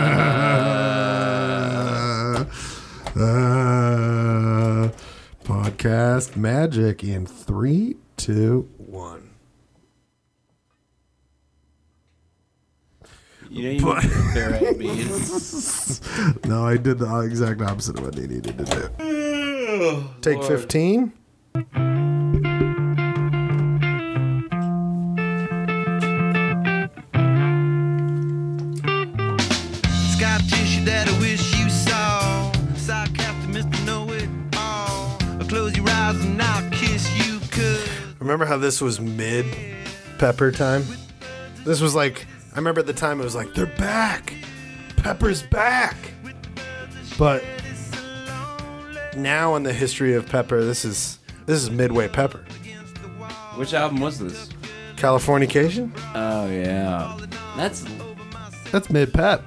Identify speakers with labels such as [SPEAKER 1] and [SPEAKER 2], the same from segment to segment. [SPEAKER 1] Uh, podcast magic in three, two, one.
[SPEAKER 2] You know you but, stare at me.
[SPEAKER 1] No, I did the exact opposite of what they needed to do. Take
[SPEAKER 2] Lord.
[SPEAKER 1] 15.
[SPEAKER 3] Sky tissue that I wish you saw. Sarcastic Mr. Know It All. I'll close your eyes and I'll kiss you, cause.
[SPEAKER 1] Remember how this was mid Pepper time? This was like, I remember at the time it was like, they're back. Pepper's back. But now in the history of Pepper, this is this is midway Pepper.
[SPEAKER 2] Which album was this?
[SPEAKER 1] Californication?
[SPEAKER 2] Oh yeah, that's
[SPEAKER 1] That's mid Pep.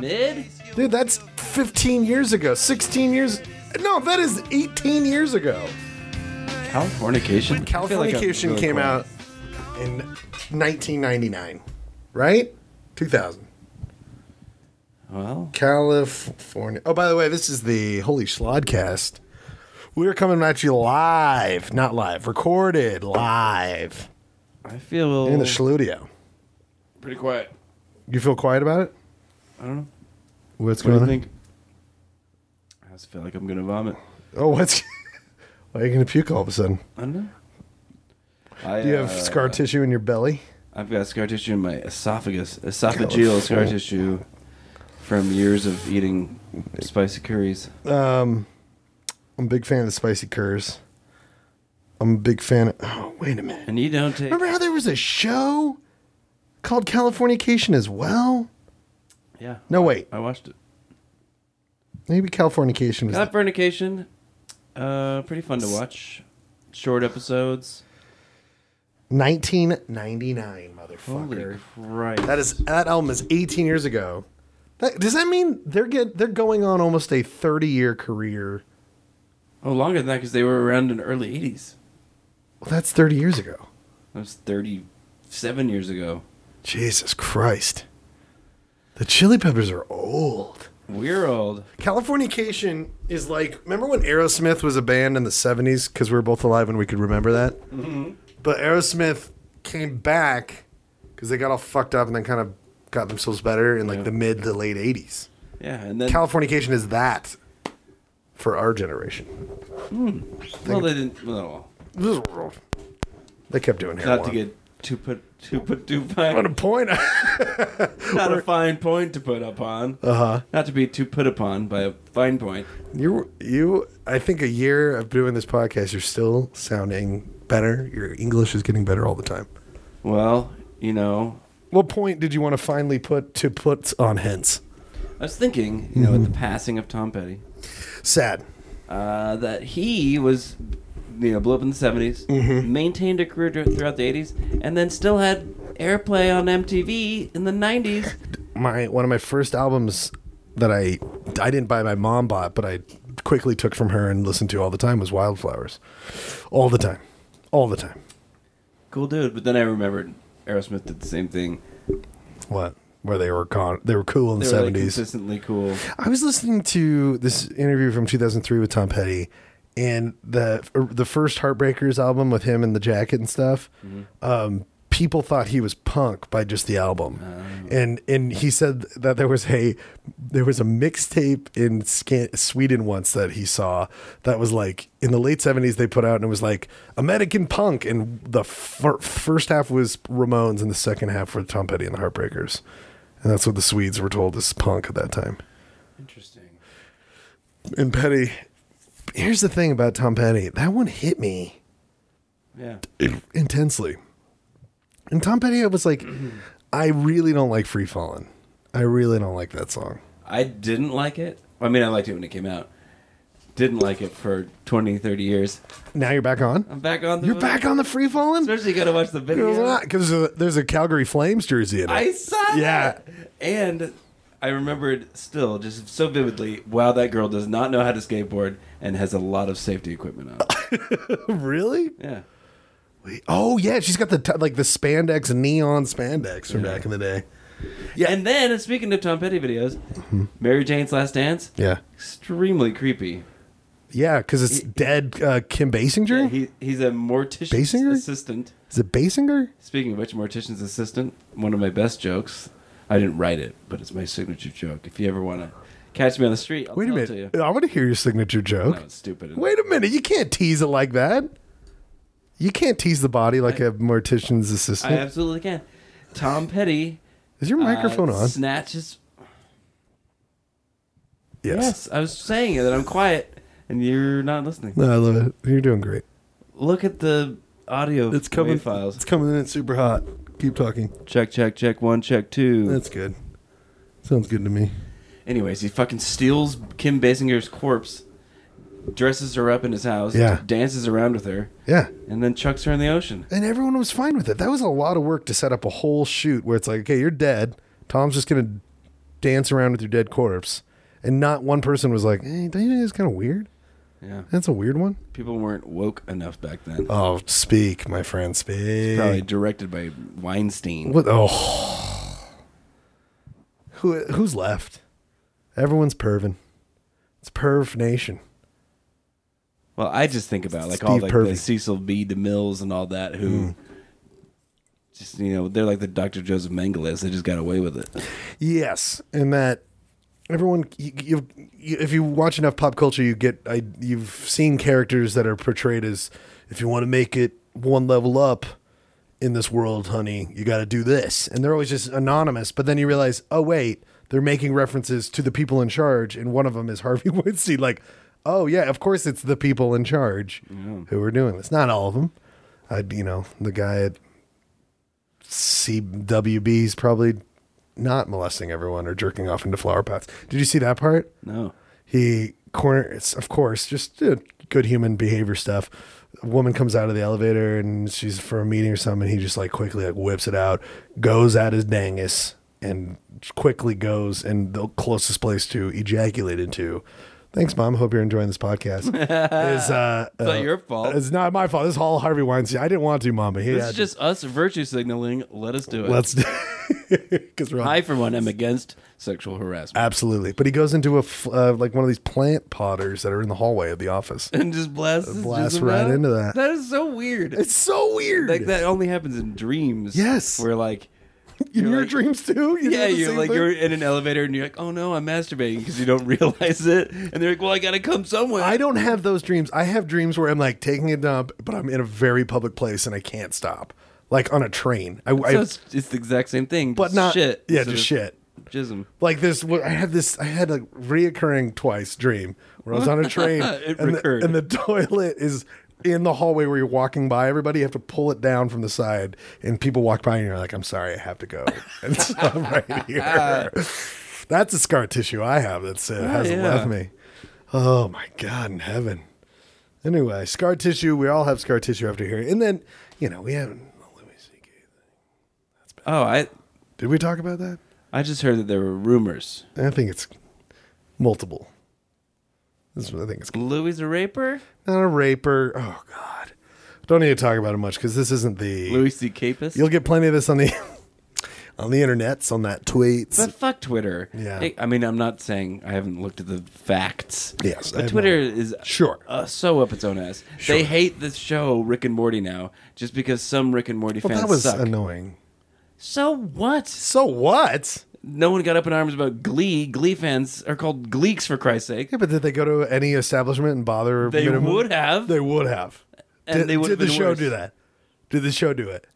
[SPEAKER 2] mid.
[SPEAKER 1] Dude, that's 15 years ago. 16 years. No, that is 18 years ago.
[SPEAKER 2] Californication. I feel like I'm
[SPEAKER 1] Californication
[SPEAKER 2] really
[SPEAKER 1] came
[SPEAKER 2] close.
[SPEAKER 1] out in 1999, right? 2000.
[SPEAKER 2] Well,
[SPEAKER 1] California. Oh, by the way, this is the Holy Schlodcast. We're coming at you live, not live, recorded live
[SPEAKER 2] I feel
[SPEAKER 1] in the Schludio.
[SPEAKER 2] pretty quiet.
[SPEAKER 1] You feel quiet about it?
[SPEAKER 2] I don't know.
[SPEAKER 1] What's
[SPEAKER 2] What do
[SPEAKER 1] going
[SPEAKER 2] you
[SPEAKER 1] on?
[SPEAKER 2] think? I just feel like I'm gonna vomit.
[SPEAKER 1] Oh, what's. Why are you going to puke all of a sudden?
[SPEAKER 2] I don't know. I,
[SPEAKER 1] Do you have
[SPEAKER 2] uh,
[SPEAKER 1] scar tissue in your belly?
[SPEAKER 2] I've got scar tissue in my esophagus, esophageal scar tissue from years of eating spicy curries.
[SPEAKER 1] I'm a big fan of the spicy curds. I'm a big fan of. Oh, wait a minute.
[SPEAKER 2] And you don't take.
[SPEAKER 1] Remember how there was a show called Californication as well?
[SPEAKER 2] Yeah.
[SPEAKER 1] No, wait.
[SPEAKER 2] I watched it.
[SPEAKER 1] Maybe Californication was.
[SPEAKER 2] Californication, uh, pretty fun to watch. Short episodes.
[SPEAKER 1] 1999, motherfucker.
[SPEAKER 2] Holy Christ.
[SPEAKER 1] That is that album is 18 years ago. That, does that mean they're get they're going on almost a 30 year career?
[SPEAKER 2] Oh, longer than that because they were around in the early 80s.
[SPEAKER 1] Well, that's 30 years ago.
[SPEAKER 2] That was 37 years ago.
[SPEAKER 1] Jesus Christ. The Chili Peppers are old.
[SPEAKER 2] We're old.
[SPEAKER 1] Californication is like remember when Aerosmith was a band in the 70s because we were both alive and we could remember that. But Aerosmith came back because they got all fucked up and then kind of got themselves better in like
[SPEAKER 2] Yeah.
[SPEAKER 1] the mid to late 80s.
[SPEAKER 2] Yeah, and then
[SPEAKER 1] Californication is that for our generation.
[SPEAKER 2] well, they didn't. Well,
[SPEAKER 1] They kept doing hair.
[SPEAKER 2] not to get too put too put too
[SPEAKER 1] on a
[SPEAKER 2] fine.
[SPEAKER 1] point.
[SPEAKER 2] Not a fine point to put upon. Uh huh. Not to be too put upon by a fine point.
[SPEAKER 1] you you I think a year of doing this podcast, you're still sounding better. Your English is getting better all the time.
[SPEAKER 2] Well, you know,
[SPEAKER 1] What point did you want to finally put to put on hence?
[SPEAKER 2] I was thinking, you know, with the passing of Tom Petty,
[SPEAKER 1] Sad.
[SPEAKER 2] uh, that he was, you know, blew up in the 70s,
[SPEAKER 1] Mm-hmm.
[SPEAKER 2] maintained a career dur- throughout the 80s, and then still had airplay on MTV in the 90s.
[SPEAKER 1] My one of my first albums that I I didn't buy my mom bought, but I quickly took from her and listened to all the time was Wildflowers. All the time. All the time.
[SPEAKER 2] Cool dude. But then I remembered Aerosmith did the same thing.
[SPEAKER 1] What? Where they were con- they were cool in the
[SPEAKER 2] They were like
[SPEAKER 1] seventies.
[SPEAKER 2] consistently cool.
[SPEAKER 1] I was listening to this interview from 2003 with Tom Petty, and the er, the first Heartbreakers album with him and the jacket and stuff. Um, people thought he was punk by just the album, and and he said that there was a there was a mixtape in Scan- Sweden once that he saw that was like in the late 70s they put out and it was like American punk, and the fir- first half was Ramones and the second half were Tom Petty and the Heartbreakers. And that's what the Swedes were told is punk at that time
[SPEAKER 2] Interesting.
[SPEAKER 1] and Petty. Here's the thing about Tom Petty. That one hit me
[SPEAKER 2] Yeah.
[SPEAKER 1] intensely. And Tom Petty, I was like, I really don't like Free Fallen. I really don't like that song.
[SPEAKER 2] I didn't like it. I mean, I liked it when it came out. Didn't like it for 20, 30 years.
[SPEAKER 1] Now you're back on.
[SPEAKER 2] I'm back on the
[SPEAKER 1] you're back on the Free Fallen.
[SPEAKER 2] Especially you gotta watch the video.
[SPEAKER 1] Because there's, a- there's a Calgary Flames jersey in it.
[SPEAKER 2] I saw
[SPEAKER 1] Yeah.
[SPEAKER 2] that. And I remembered still just so vividly, wow, that girl does not know how to skateboard and has a lot of safety equipment on.
[SPEAKER 1] really?
[SPEAKER 2] yeah.
[SPEAKER 1] Wait, oh yeah, she's got the t- like the spandex neon spandex from back in the day.
[SPEAKER 2] Yeah. And then, speaking of Tom Petty videos, Mary Jane's Last Dance,
[SPEAKER 1] Mm-hmm. Yeah,
[SPEAKER 2] extremely creepy.
[SPEAKER 1] yeah, because it's dead uh, Kim Basinger.
[SPEAKER 2] Yeah, he, he's a mortician's
[SPEAKER 1] Basinger?
[SPEAKER 2] assistant.
[SPEAKER 1] Is it Basinger?
[SPEAKER 2] Speaking of which, mortician's assistant, one of my best jokes. I didn't write it, but it's my signature joke. If you ever want to catch me on the street, I'll
[SPEAKER 1] Wait a
[SPEAKER 2] tell it to you.
[SPEAKER 1] minute, I want to hear your signature joke.
[SPEAKER 2] No, it's stupid.
[SPEAKER 1] Wait a minute, you can't tease it like that. You can't tease the body like a mortician's
[SPEAKER 2] I
[SPEAKER 1] assistant.
[SPEAKER 2] absolutely can. Tom Petty.
[SPEAKER 1] Is your microphone
[SPEAKER 2] uh,
[SPEAKER 1] on?
[SPEAKER 2] Snatches.
[SPEAKER 1] Yes.
[SPEAKER 2] Yes, I was saying that I'm quiet and you're not listening.
[SPEAKER 1] No, I love it. You're doing great.
[SPEAKER 2] Look at the audio
[SPEAKER 1] It's coming.
[SPEAKER 2] wave files.
[SPEAKER 1] It's coming in super hot. Keep talking.
[SPEAKER 2] Check, check, check. One, check, two.
[SPEAKER 1] That's good. Sounds good to me.
[SPEAKER 2] Anyways, he fucking steals Kim Basinger's corpse, dresses her up in his house,
[SPEAKER 1] Yeah.
[SPEAKER 2] dances around with her,
[SPEAKER 1] Yeah.
[SPEAKER 2] and then chucks her in the ocean.
[SPEAKER 1] And everyone was fine with it. That was a lot of work to set up a whole shoot where it's like, okay, you're dead. Tom's just gonna dance around with your dead corpse, and not one person was like, hey, don't you think it's kind of weird?
[SPEAKER 2] Yeah,
[SPEAKER 1] That's a weird one.
[SPEAKER 2] people weren't woke enough back then.
[SPEAKER 1] Oh, speak, my friend, speak.
[SPEAKER 2] Probably directed by Weinstein.
[SPEAKER 1] What? Oh, who who's left? Everyone's perving. It's perv nation.
[SPEAKER 2] Well, I just think about like all
[SPEAKER 1] Steve Mm.
[SPEAKER 2] like
[SPEAKER 1] Purvey.
[SPEAKER 2] the Cecil B. DeMille's and all that who. Just you know, they're like the Dr. Joseph Mengele. They just got away with it.
[SPEAKER 1] Yes, and that everyone you, you, you if you watch enough pop culture, you get I, you've seen characters that are portrayed as if you want to make it one level up in this world, honey, you got to do this, and they're always just anonymous. But then you realize, oh wait, they're making references to the people in charge, and one of them is Harvey Weinstein. Like, oh yeah, of course it's the people in charge who are doing this. Not all of them. I you know the guy at CWB is probably not molesting everyone or jerking off into flower pots. Did you see that part?
[SPEAKER 2] No,
[SPEAKER 1] He corner, it's, of course, just uh, good human behavior stuff. A woman comes out of the elevator and she's for a meeting or something. And he just like quickly like whips it out, goes at his dangus, and quickly goes and the closest place to ejaculate into. Thanks, mom. Hope you're enjoying this podcast. is, uh,
[SPEAKER 2] it's not your fault.
[SPEAKER 1] It's not my fault. This is all Harvey Weinstein. I didn't want to, mom, but he
[SPEAKER 2] This
[SPEAKER 1] had
[SPEAKER 2] is
[SPEAKER 1] to.
[SPEAKER 2] just us virtue signaling. Let us do it.
[SPEAKER 1] Let's because we're all-
[SPEAKER 2] I, for one, am against sexual harassment.
[SPEAKER 1] Absolutely, but he goes into a f- uh, like one of these plant potters that are in the hallway of the office.
[SPEAKER 2] and just blast this
[SPEAKER 1] Uh, Blast
[SPEAKER 2] just
[SPEAKER 1] right
[SPEAKER 2] around?
[SPEAKER 1] into that.
[SPEAKER 2] That is so weird.
[SPEAKER 1] It's so weird.
[SPEAKER 2] like that only happens in dreams.
[SPEAKER 1] Yes.
[SPEAKER 2] where like
[SPEAKER 1] in
[SPEAKER 2] you're
[SPEAKER 1] your
[SPEAKER 2] like-
[SPEAKER 1] dreams too. You do
[SPEAKER 2] yeah,
[SPEAKER 1] the
[SPEAKER 2] you're
[SPEAKER 1] same
[SPEAKER 2] like
[SPEAKER 1] thing?
[SPEAKER 2] you're in an elevator and you're like, oh no, I'm masturbating because you don't realize it, and they're like, well, I gotta come somewhere.
[SPEAKER 1] I don't have those dreams. I have dreams where I'm like taking a dump, but I'm in a very public place and I can't stop, like on a train. I, I
[SPEAKER 2] So it's, it's the exact same thing,
[SPEAKER 1] but
[SPEAKER 2] just
[SPEAKER 1] not
[SPEAKER 2] shit.
[SPEAKER 1] Yeah,
[SPEAKER 2] instead
[SPEAKER 1] just
[SPEAKER 2] of
[SPEAKER 1] shit.
[SPEAKER 2] Jism.
[SPEAKER 1] Like this, I had this. I had a reoccurring twice dream where I was on a train,
[SPEAKER 2] It
[SPEAKER 1] and, the,
[SPEAKER 2] recurred.
[SPEAKER 1] and the toilet is in the hallway where you're walking by everybody. You have to pull it down from the side, and people walk by, and you're like, "I'm sorry, I have to go." And so I'm right here. That's a scar tissue I have that's uh, hasn't
[SPEAKER 2] yeah.
[SPEAKER 1] left me. Oh my God in heaven. Anyway, scar tissue. We all have scar tissue after here, and then you know we haven't. Let me see.
[SPEAKER 2] Oh, I
[SPEAKER 1] Did we talk about that?
[SPEAKER 2] I just heard that there were rumors.
[SPEAKER 1] I think it's multiple. This is what I think it's
[SPEAKER 2] Louis a raper.
[SPEAKER 1] not a raper. Oh God, don't need to talk about it much because this isn't the.
[SPEAKER 2] Louis C. Capus.
[SPEAKER 1] You'll get plenty of this on the on the internets on that tweets.
[SPEAKER 2] But fuck Twitter.
[SPEAKER 1] Yeah.
[SPEAKER 2] Hey, I mean, I'm not saying I haven't looked at the facts.
[SPEAKER 1] Yes, I
[SPEAKER 2] But
[SPEAKER 1] have
[SPEAKER 2] Twitter is
[SPEAKER 1] Sure.
[SPEAKER 2] uh, so up its own ass. They hate the show Rick and Morty now just because some Rick and Morty
[SPEAKER 1] well,
[SPEAKER 2] fans
[SPEAKER 1] that was
[SPEAKER 2] suck.
[SPEAKER 1] annoying.
[SPEAKER 2] so what?
[SPEAKER 1] So what?
[SPEAKER 2] No one got up in arms about Glee. Glee fans are called Gleeks for Christ's sake.
[SPEAKER 1] Yeah, but did they go to any establishment and bother?
[SPEAKER 2] They
[SPEAKER 1] minimum?
[SPEAKER 2] would have.
[SPEAKER 1] They would have.
[SPEAKER 2] And
[SPEAKER 1] did,
[SPEAKER 2] they would
[SPEAKER 1] did
[SPEAKER 2] have
[SPEAKER 1] the
[SPEAKER 2] been
[SPEAKER 1] show
[SPEAKER 2] worse.
[SPEAKER 1] do that? Did the show do it?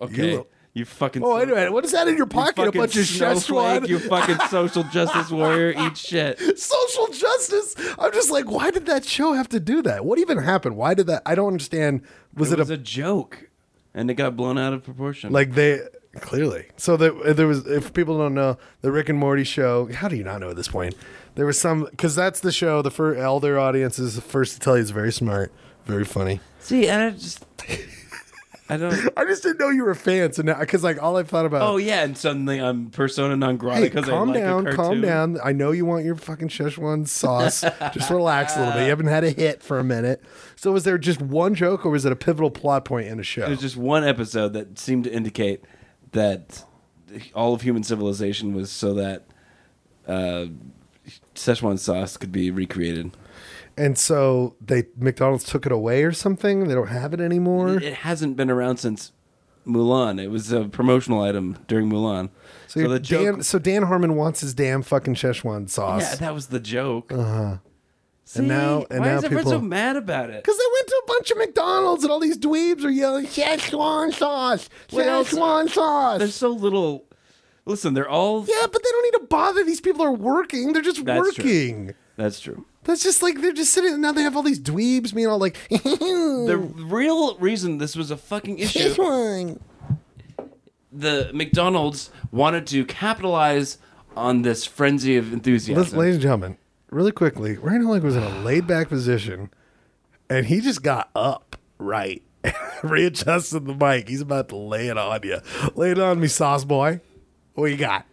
[SPEAKER 2] okay.
[SPEAKER 1] You-
[SPEAKER 2] You, fucking.
[SPEAKER 1] Oh, anyway, what is that in your
[SPEAKER 2] you
[SPEAKER 1] pocket?
[SPEAKER 2] fucking
[SPEAKER 1] a bunch of
[SPEAKER 2] snowflake,
[SPEAKER 1] Szechuan
[SPEAKER 2] You fucking social justice warrior. Eat shit.
[SPEAKER 1] social justice. I'm just like, why did that show have to do that? What even happened? Why did that? I don't understand. Was
[SPEAKER 2] It
[SPEAKER 1] it,
[SPEAKER 2] was
[SPEAKER 1] a,
[SPEAKER 2] a joke, and it got blown out of proportion.
[SPEAKER 1] like they clearly? So that there was. If people don't know the Rick and Morty show, how do you not know at this point? There was some because that's the show. The first elder audience is the first to tell you it's very smart, very funny.
[SPEAKER 2] See, and I just I don't.
[SPEAKER 1] I just didn't know you were a fan, so now because like all I thought about.
[SPEAKER 2] Oh yeah, and suddenly I'm persona non grata
[SPEAKER 1] Hey,
[SPEAKER 2] because I
[SPEAKER 1] calm
[SPEAKER 2] like
[SPEAKER 1] down,
[SPEAKER 2] a
[SPEAKER 1] calm
[SPEAKER 2] cartoon.
[SPEAKER 1] down. I know you want your fucking Szechuan sauce. just relax a little bit. You haven't had a hit for a minute. So, was there just one joke, or was it a pivotal plot point in a show?
[SPEAKER 2] There's just one episode that seemed to indicate that all of human civilization was so that uh, Szechuan sauce could be recreated.
[SPEAKER 1] and so they McDonald's took it away or something. They don't have it anymore.
[SPEAKER 2] It hasn't been around since Mulan. It was a promotional item during Mulan.
[SPEAKER 1] So, Dan, so Dan Harmon wants his damn fucking Szechuan sauce.
[SPEAKER 2] Yeah, that was the joke. See,
[SPEAKER 1] Uh-huh. now- and
[SPEAKER 2] why
[SPEAKER 1] now
[SPEAKER 2] is everyone so
[SPEAKER 1] people-
[SPEAKER 2] mad about it?
[SPEAKER 1] Because they went to a bunch of McDonald's and all these dweebs are yelling Szechuan sauce,
[SPEAKER 2] What else?
[SPEAKER 1] Szechuan sauce.
[SPEAKER 2] There's so little. Listen, they're all.
[SPEAKER 1] yeah, but they don't need to bother. These people are working. They're just
[SPEAKER 2] That's true.
[SPEAKER 1] working.
[SPEAKER 2] That's true.
[SPEAKER 1] That's just like they're just sitting. Now they have all these dweebs being all like,
[SPEAKER 2] The real reason this was a fucking issue
[SPEAKER 1] one.
[SPEAKER 2] the McDonald's wanted to capitalize on this frenzy of enthusiasm.
[SPEAKER 1] ladies and gentlemen, really quickly, Ryan Holick was in a laid back position, and he just got up right, readjusted the mic. He's about to lay it on you. Lay it on me, sauce boy. What you got?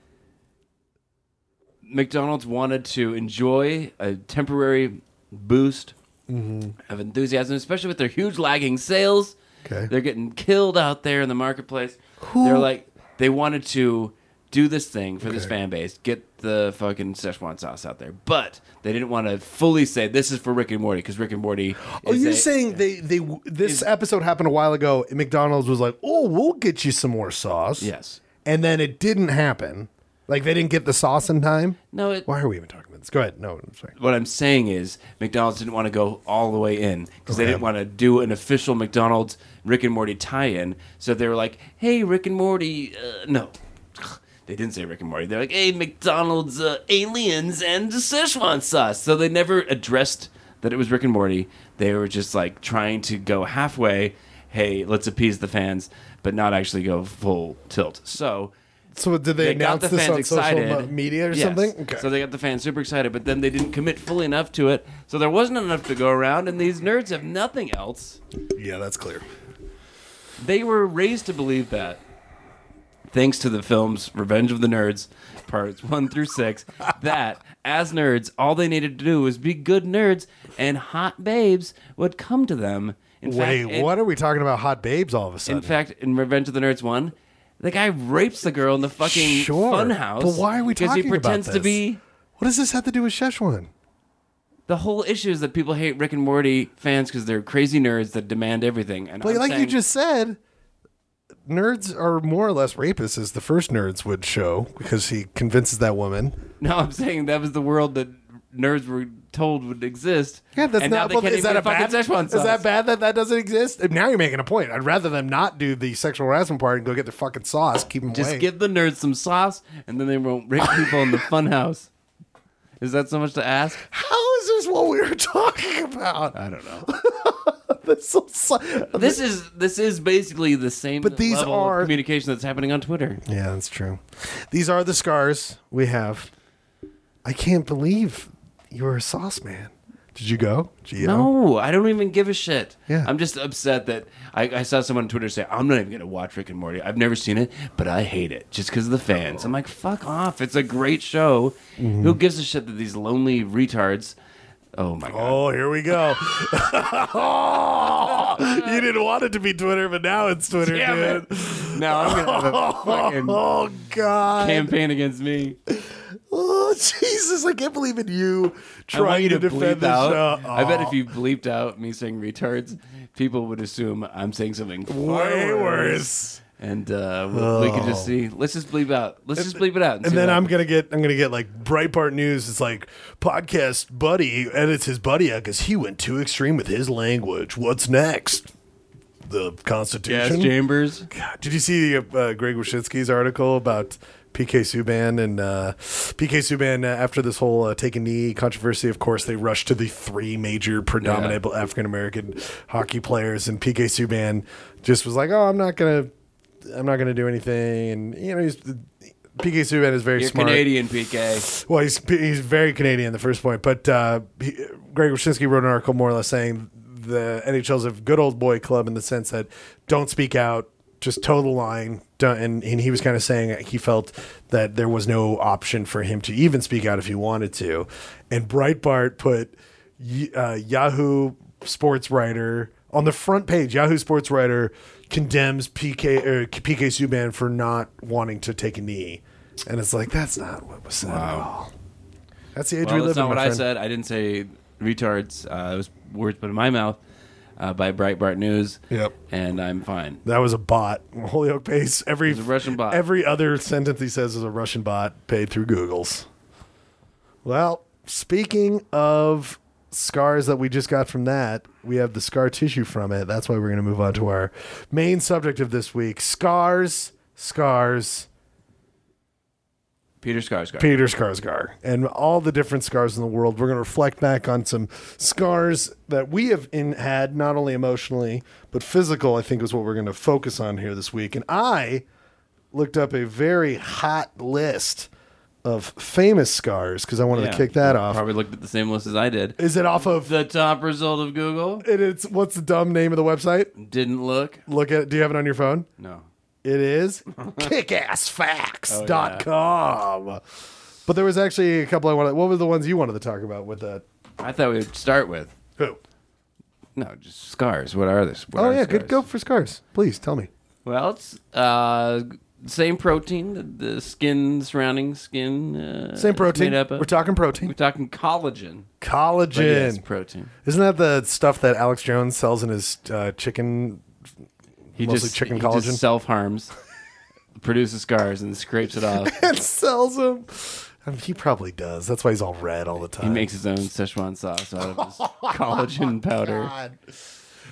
[SPEAKER 2] McDonald's wanted to enjoy a temporary boost of enthusiasm, especially with their huge lagging sales.
[SPEAKER 1] Mm-hmm. Okay.
[SPEAKER 2] They're getting killed out there in the marketplace. They're like they wanted to do this thing for this fan base, get the fucking Szechuan sauce out there, but they didn't want to fully say this is for Rick and Morty because Rick and Morty.
[SPEAKER 1] Oh,
[SPEAKER 2] is
[SPEAKER 1] you're
[SPEAKER 2] a-
[SPEAKER 1] saying they they this episode happened a while ago. And McDonald's was like, "Oh, we'll get you some more sauce."
[SPEAKER 2] yes.
[SPEAKER 1] and then it didn't happen. Like they didn't get the sauce in time.
[SPEAKER 2] No, it,
[SPEAKER 1] Why are we even talking about this? Go ahead. No, I'm sorry.
[SPEAKER 2] what I'm saying is McDonald's didn't want to go all the way in because they
[SPEAKER 1] Okay.
[SPEAKER 2] didn't want to do an official McDonald's Rick and Morty tie-in. So they were like, "Hey, Rick and Morty, uh, no." They didn't say Rick and Morty. They're like, "Hey, McDonald's uh, aliens and Szechuan sauce." So they never addressed that it was Rick and Morty. They were just like trying to go halfway. Hey, let's appease the fans, but not actually go full tilt. So
[SPEAKER 1] So did they,
[SPEAKER 2] they got
[SPEAKER 1] announce
[SPEAKER 2] the
[SPEAKER 1] this
[SPEAKER 2] fans
[SPEAKER 1] on
[SPEAKER 2] excited.
[SPEAKER 1] social mo- media or
[SPEAKER 2] Yes.
[SPEAKER 1] something? Okay.
[SPEAKER 2] So they got the fans super excited, but then they didn't commit fully enough to it. So there wasn't enough to go around, and these nerds have nothing else.
[SPEAKER 1] yeah, that's clear.
[SPEAKER 2] They were raised to believe that. Thanks to the films Revenge of the Nerds, parts one through six, that as nerds, all they needed to do was be good nerds, and hot babes would come to them. In
[SPEAKER 1] Wait,
[SPEAKER 2] fact, it-
[SPEAKER 1] what are we talking about? Hot babes all of a
[SPEAKER 2] In
[SPEAKER 1] sudden?
[SPEAKER 2] fact, in Revenge of the Nerds one, the guy rapes the girl in the fucking
[SPEAKER 1] Sure,
[SPEAKER 2] fun house.
[SPEAKER 1] but why are we
[SPEAKER 2] Because he
[SPEAKER 1] talking about
[SPEAKER 2] pretends to
[SPEAKER 1] this?
[SPEAKER 2] be
[SPEAKER 1] what does this have to do with Szechuan?
[SPEAKER 2] the whole issue is that people hate Rick and Morty fans because they're crazy nerds that demand everything. And
[SPEAKER 1] But
[SPEAKER 2] I'm
[SPEAKER 1] like you
[SPEAKER 2] saying-
[SPEAKER 1] just said, nerds are more or less rapists, as the first nerds would show, because he convinces that woman.
[SPEAKER 2] no, I'm saying that was the world that nerds were told would exist.
[SPEAKER 1] Yeah, that's
[SPEAKER 2] and
[SPEAKER 1] not.
[SPEAKER 2] Now they
[SPEAKER 1] well,
[SPEAKER 2] can't
[SPEAKER 1] is
[SPEAKER 2] even
[SPEAKER 1] that a
[SPEAKER 2] get
[SPEAKER 1] bad?
[SPEAKER 2] fucking Szechuan
[SPEAKER 1] Is that
[SPEAKER 2] sauce.
[SPEAKER 1] bad that that doesn't exist? And now you're making a point. I'd rather them not do the sexual harassment part and go get their fucking sauce. Keep them
[SPEAKER 2] Just
[SPEAKER 1] away.
[SPEAKER 2] give the nerds some sauce, and then they won't rape people in the funhouse. Is that so much to ask?
[SPEAKER 1] How is this what we were talking about?
[SPEAKER 2] I don't know.
[SPEAKER 1] This is so-
[SPEAKER 2] This is this is basically the same.
[SPEAKER 1] But these
[SPEAKER 2] level of
[SPEAKER 1] are-
[SPEAKER 2] communication that's happening on Twitter.
[SPEAKER 1] Yeah, that's true. These are the scars we have. I can't believe you were a sauce man. Did you go? Gio?
[SPEAKER 2] No, I don't even give a shit.
[SPEAKER 1] Yeah.
[SPEAKER 2] I'm just upset that I, I saw someone on Twitter say, I'm not even going to watch Rick and Morty. I've never seen it, but I hate it just because of the fans. I'm like, fuck off. It's a great show.
[SPEAKER 1] Mm-hmm.
[SPEAKER 2] Who gives a shit that these lonely retards. Oh my God.
[SPEAKER 1] Oh, here we go. Oh, you didn't want it to be Twitter, but now it's Twitter,
[SPEAKER 2] Damn
[SPEAKER 1] dude.
[SPEAKER 2] it. Now I'm going to have a fucking
[SPEAKER 1] Oh God!
[SPEAKER 2] campaign against me.
[SPEAKER 1] Oh Jesus! I can't believe in you
[SPEAKER 2] I want
[SPEAKER 1] trying
[SPEAKER 2] you
[SPEAKER 1] to,
[SPEAKER 2] to
[SPEAKER 1] defend
[SPEAKER 2] bleep
[SPEAKER 1] the
[SPEAKER 2] out.
[SPEAKER 1] show.
[SPEAKER 2] I bet if you bleeped out me saying retards, people would assume I'm saying something
[SPEAKER 1] Oh,
[SPEAKER 2] far
[SPEAKER 1] way worse.
[SPEAKER 2] And uh, we, we could
[SPEAKER 1] Oh.
[SPEAKER 2] just see. Let's just bleep out. Let's just bleep it out. see
[SPEAKER 1] And then
[SPEAKER 2] what
[SPEAKER 1] I'm
[SPEAKER 2] happens.
[SPEAKER 1] gonna get I'm gonna get like Breitbart News. It's like podcast buddy edits his buddy out because he went too extreme with his language. What's next? The
[SPEAKER 2] gas
[SPEAKER 1] Constitution.
[SPEAKER 2] chambers.
[SPEAKER 1] God, did you see uh, Greg Wyshynski's article about PK Subban and uh, PK Subban uh, after this whole uh, take a knee controversy? Of course, they rushed to the three major predominant African American hockey players, and PK Subban just was like, "Oh, I'm not gonna, I'm not gonna do anything." And you know, he's, PK Subban is very
[SPEAKER 2] You're
[SPEAKER 1] smart.
[SPEAKER 2] Canadian, PK.
[SPEAKER 1] Well, he's he's very Canadian. The first point, but uh, he, Greg Wyshynski wrote an article more or less saying the NHL's a good old boy club in the sense that don't speak out, just toe the line. Don't, and, and he was kind of saying he felt that there was no option for him to even speak out if he wanted to. And Breitbart put Y- uh, Yahoo Sports writer on the front page. Yahoo Sports writer condemns PK or PK Subban for not wanting to take a knee. And it's like that's not what was said at all. That's the age we
[SPEAKER 2] Well,
[SPEAKER 1] live
[SPEAKER 2] that's
[SPEAKER 1] in.
[SPEAKER 2] not
[SPEAKER 1] my
[SPEAKER 2] what I
[SPEAKER 1] friend.
[SPEAKER 2] said. I didn't say retards. Uh, it was words put in my mouth uh, by Breitbart News.
[SPEAKER 1] Yep.
[SPEAKER 2] And I'm fine.
[SPEAKER 1] That was a bot. Holyoke pays every
[SPEAKER 2] was a Russian bot.
[SPEAKER 1] Every other sentence he says is a Russian bot paid through Google's. Well, speaking of scars that we just got from that, we have the scar tissue from it. That's why we're going to move on to our main subject of this week: scars, scars,
[SPEAKER 2] Peter Skarsgård.
[SPEAKER 1] Peter Skarsgård, and all the different scars in the world. We're going to reflect back on some scars that we have in had, not only emotionally but physical. I think is what we're going to focus on here this week. And I looked up a very hot list of famous scars because I wanted to
[SPEAKER 2] Yeah.
[SPEAKER 1] kick that off.
[SPEAKER 2] Probably looked at the same list as I did.
[SPEAKER 1] Is it off of?
[SPEAKER 2] The top result of Google
[SPEAKER 1] It is what's the dumb name of the website?
[SPEAKER 2] didn't look.
[SPEAKER 1] Look at. Do you have it on your phone?
[SPEAKER 2] No.
[SPEAKER 1] It is
[SPEAKER 2] Oh,
[SPEAKER 1] kickassfacts.com. But there was actually a couple I wanted. What were the ones you wanted to talk about with that?
[SPEAKER 2] I thought we would start with
[SPEAKER 1] Who?
[SPEAKER 2] no, just scars. What are this? What
[SPEAKER 1] Oh
[SPEAKER 2] are
[SPEAKER 1] yeah, good.
[SPEAKER 2] scars?
[SPEAKER 1] Go for scars, please. Tell me.
[SPEAKER 2] Well, it's uh, same protein, the, the skin surrounding skin. Uh,
[SPEAKER 1] Same
[SPEAKER 2] is
[SPEAKER 1] protein.
[SPEAKER 2] made up of-
[SPEAKER 1] We're talking
[SPEAKER 2] We're
[SPEAKER 1] protein.
[SPEAKER 2] talking collagen. But yeah, it's
[SPEAKER 1] Collagen.
[SPEAKER 2] protein.
[SPEAKER 1] Isn't that the stuff that Alex Jones sells in his uh, chicken?
[SPEAKER 2] He
[SPEAKER 1] Mostly
[SPEAKER 2] just
[SPEAKER 1] chicken
[SPEAKER 2] he
[SPEAKER 1] collagen.
[SPEAKER 2] just self harms, produces scars, and scrapes it off.
[SPEAKER 1] And sells them. I mean, he probably does. That's why he's all red all the time.
[SPEAKER 2] He makes his own Szechuan sauce out of his collagen powder.
[SPEAKER 1] Oh God.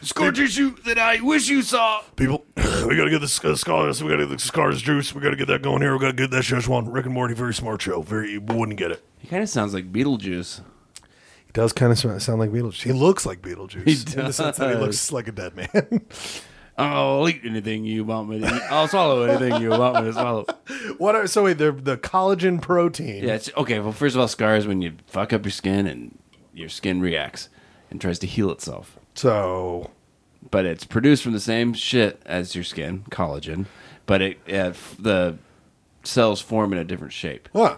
[SPEAKER 2] Scar tissue that I wish you saw.
[SPEAKER 1] People, we gotta get the sc- scars. We gotta get the scars juice. We gotta get that going here. We gotta get that Szechuan. Rick and Morty, very smart show. Very, you wouldn't get it.
[SPEAKER 2] He kind of sounds like Beetlejuice.
[SPEAKER 1] He does kind of sound like Beetlejuice. He looks like Beetlejuice
[SPEAKER 2] He
[SPEAKER 1] in the sense that he
[SPEAKER 2] does.
[SPEAKER 1] looks like a dead man.
[SPEAKER 2] I'll eat anything you want me to eat. I'll swallow anything you want me to swallow.
[SPEAKER 1] what are so wait the the collagen protein?
[SPEAKER 2] Yeah, it's, okay. Well, first of all, scars when you fuck up your skin and your skin reacts and tries to heal itself.
[SPEAKER 1] So
[SPEAKER 2] But it's produced from the same shit as your skin, collagen, but it uh, f- the cells form in a different shape.
[SPEAKER 1] Huh.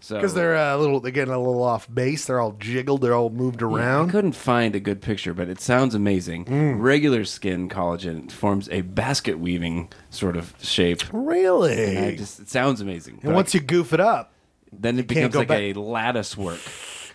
[SPEAKER 2] So
[SPEAKER 1] Because they're uh, a little, they're getting a little off base. They're all jiggled. They're all moved
[SPEAKER 2] I
[SPEAKER 1] around. Mm.
[SPEAKER 2] couldn't find a good picture, but it sounds amazing. Regular skin collagen forms a basket weaving sort of shape.
[SPEAKER 1] really?
[SPEAKER 2] And I just it sounds amazing.
[SPEAKER 1] and
[SPEAKER 2] but
[SPEAKER 1] once you goof it up,
[SPEAKER 2] then it
[SPEAKER 1] can't
[SPEAKER 2] becomes
[SPEAKER 1] go
[SPEAKER 2] like
[SPEAKER 1] back.
[SPEAKER 2] a lattice work.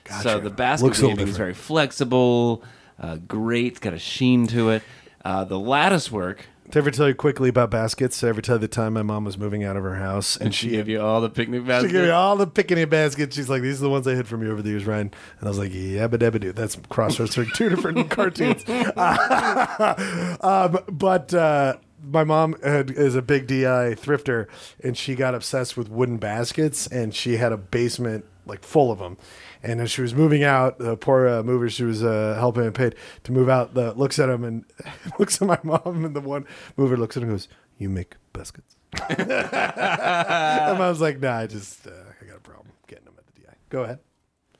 [SPEAKER 1] Gotcha.
[SPEAKER 2] So the basket
[SPEAKER 1] Looks a little
[SPEAKER 2] weaving is
[SPEAKER 1] different.
[SPEAKER 2] very flexible, uh, great. It's got a sheen to it. Uh, the lattice work,
[SPEAKER 1] did I ever tell you quickly about baskets? Did I ever tell you the time my mom was moving out of her house and
[SPEAKER 2] she
[SPEAKER 1] she,
[SPEAKER 2] gave you all the picnic
[SPEAKER 1] she gave me
[SPEAKER 2] baskets.
[SPEAKER 1] all the picnic baskets? She's like, these are the ones I hid from you over the years, Ryan. And I was like, yabba dabba doo. That's cross referencing two different cartoons. um, but uh, my mom had, is a big DI thrifter, and she got obsessed with wooden baskets, and she had a basement like full of them. And as she was moving out, the poor uh, mover she was uh, helping and paid to move out, the, looks at him and looks at my mom, and the one mover looks at him and goes, "You make baskets." and I was like, "Nah, I just uh, I got a problem getting them at the DI." Go ahead.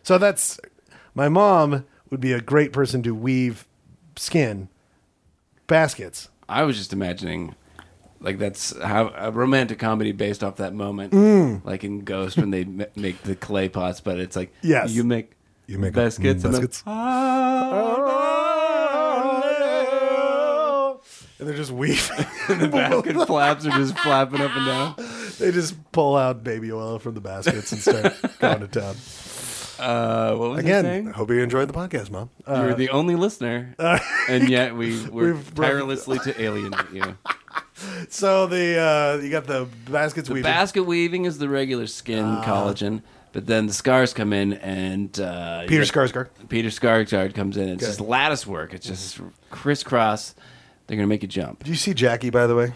[SPEAKER 1] So that's my mom would be a great person to weave skin baskets.
[SPEAKER 2] I was just imagining, like that's how a romantic comedy based off that moment,
[SPEAKER 1] Mm.
[SPEAKER 2] like in Ghost when they ma- make the clay pots, but it's like
[SPEAKER 1] Yes.
[SPEAKER 2] you make
[SPEAKER 1] You make
[SPEAKER 2] baskets,
[SPEAKER 1] mm,
[SPEAKER 2] and then,
[SPEAKER 1] baskets. And they're just weaving.
[SPEAKER 2] the basket flaps are just flapping up and down.
[SPEAKER 1] they just pull out baby oil from the baskets and start going to town.
[SPEAKER 2] Uh, what was I
[SPEAKER 1] Again,
[SPEAKER 2] saying?
[SPEAKER 1] hope you enjoyed the podcast, Mom. Uh,
[SPEAKER 2] You were the only listener, and yet we were
[SPEAKER 1] We've brought-
[SPEAKER 2] tirelessly to alienate you.
[SPEAKER 1] so the uh, you got the baskets weaving.
[SPEAKER 2] Basket weaving is the regular skin
[SPEAKER 1] Uh.
[SPEAKER 2] collagen, but then the scars come in, and uh,
[SPEAKER 1] Peter
[SPEAKER 2] you got-
[SPEAKER 1] Skarsgård.
[SPEAKER 2] Peter Skarsgård comes in. It's
[SPEAKER 1] Okay.
[SPEAKER 2] just lattice work. It's just crisscross. They're gonna make you jump.
[SPEAKER 1] Do you see Jackie, by the way?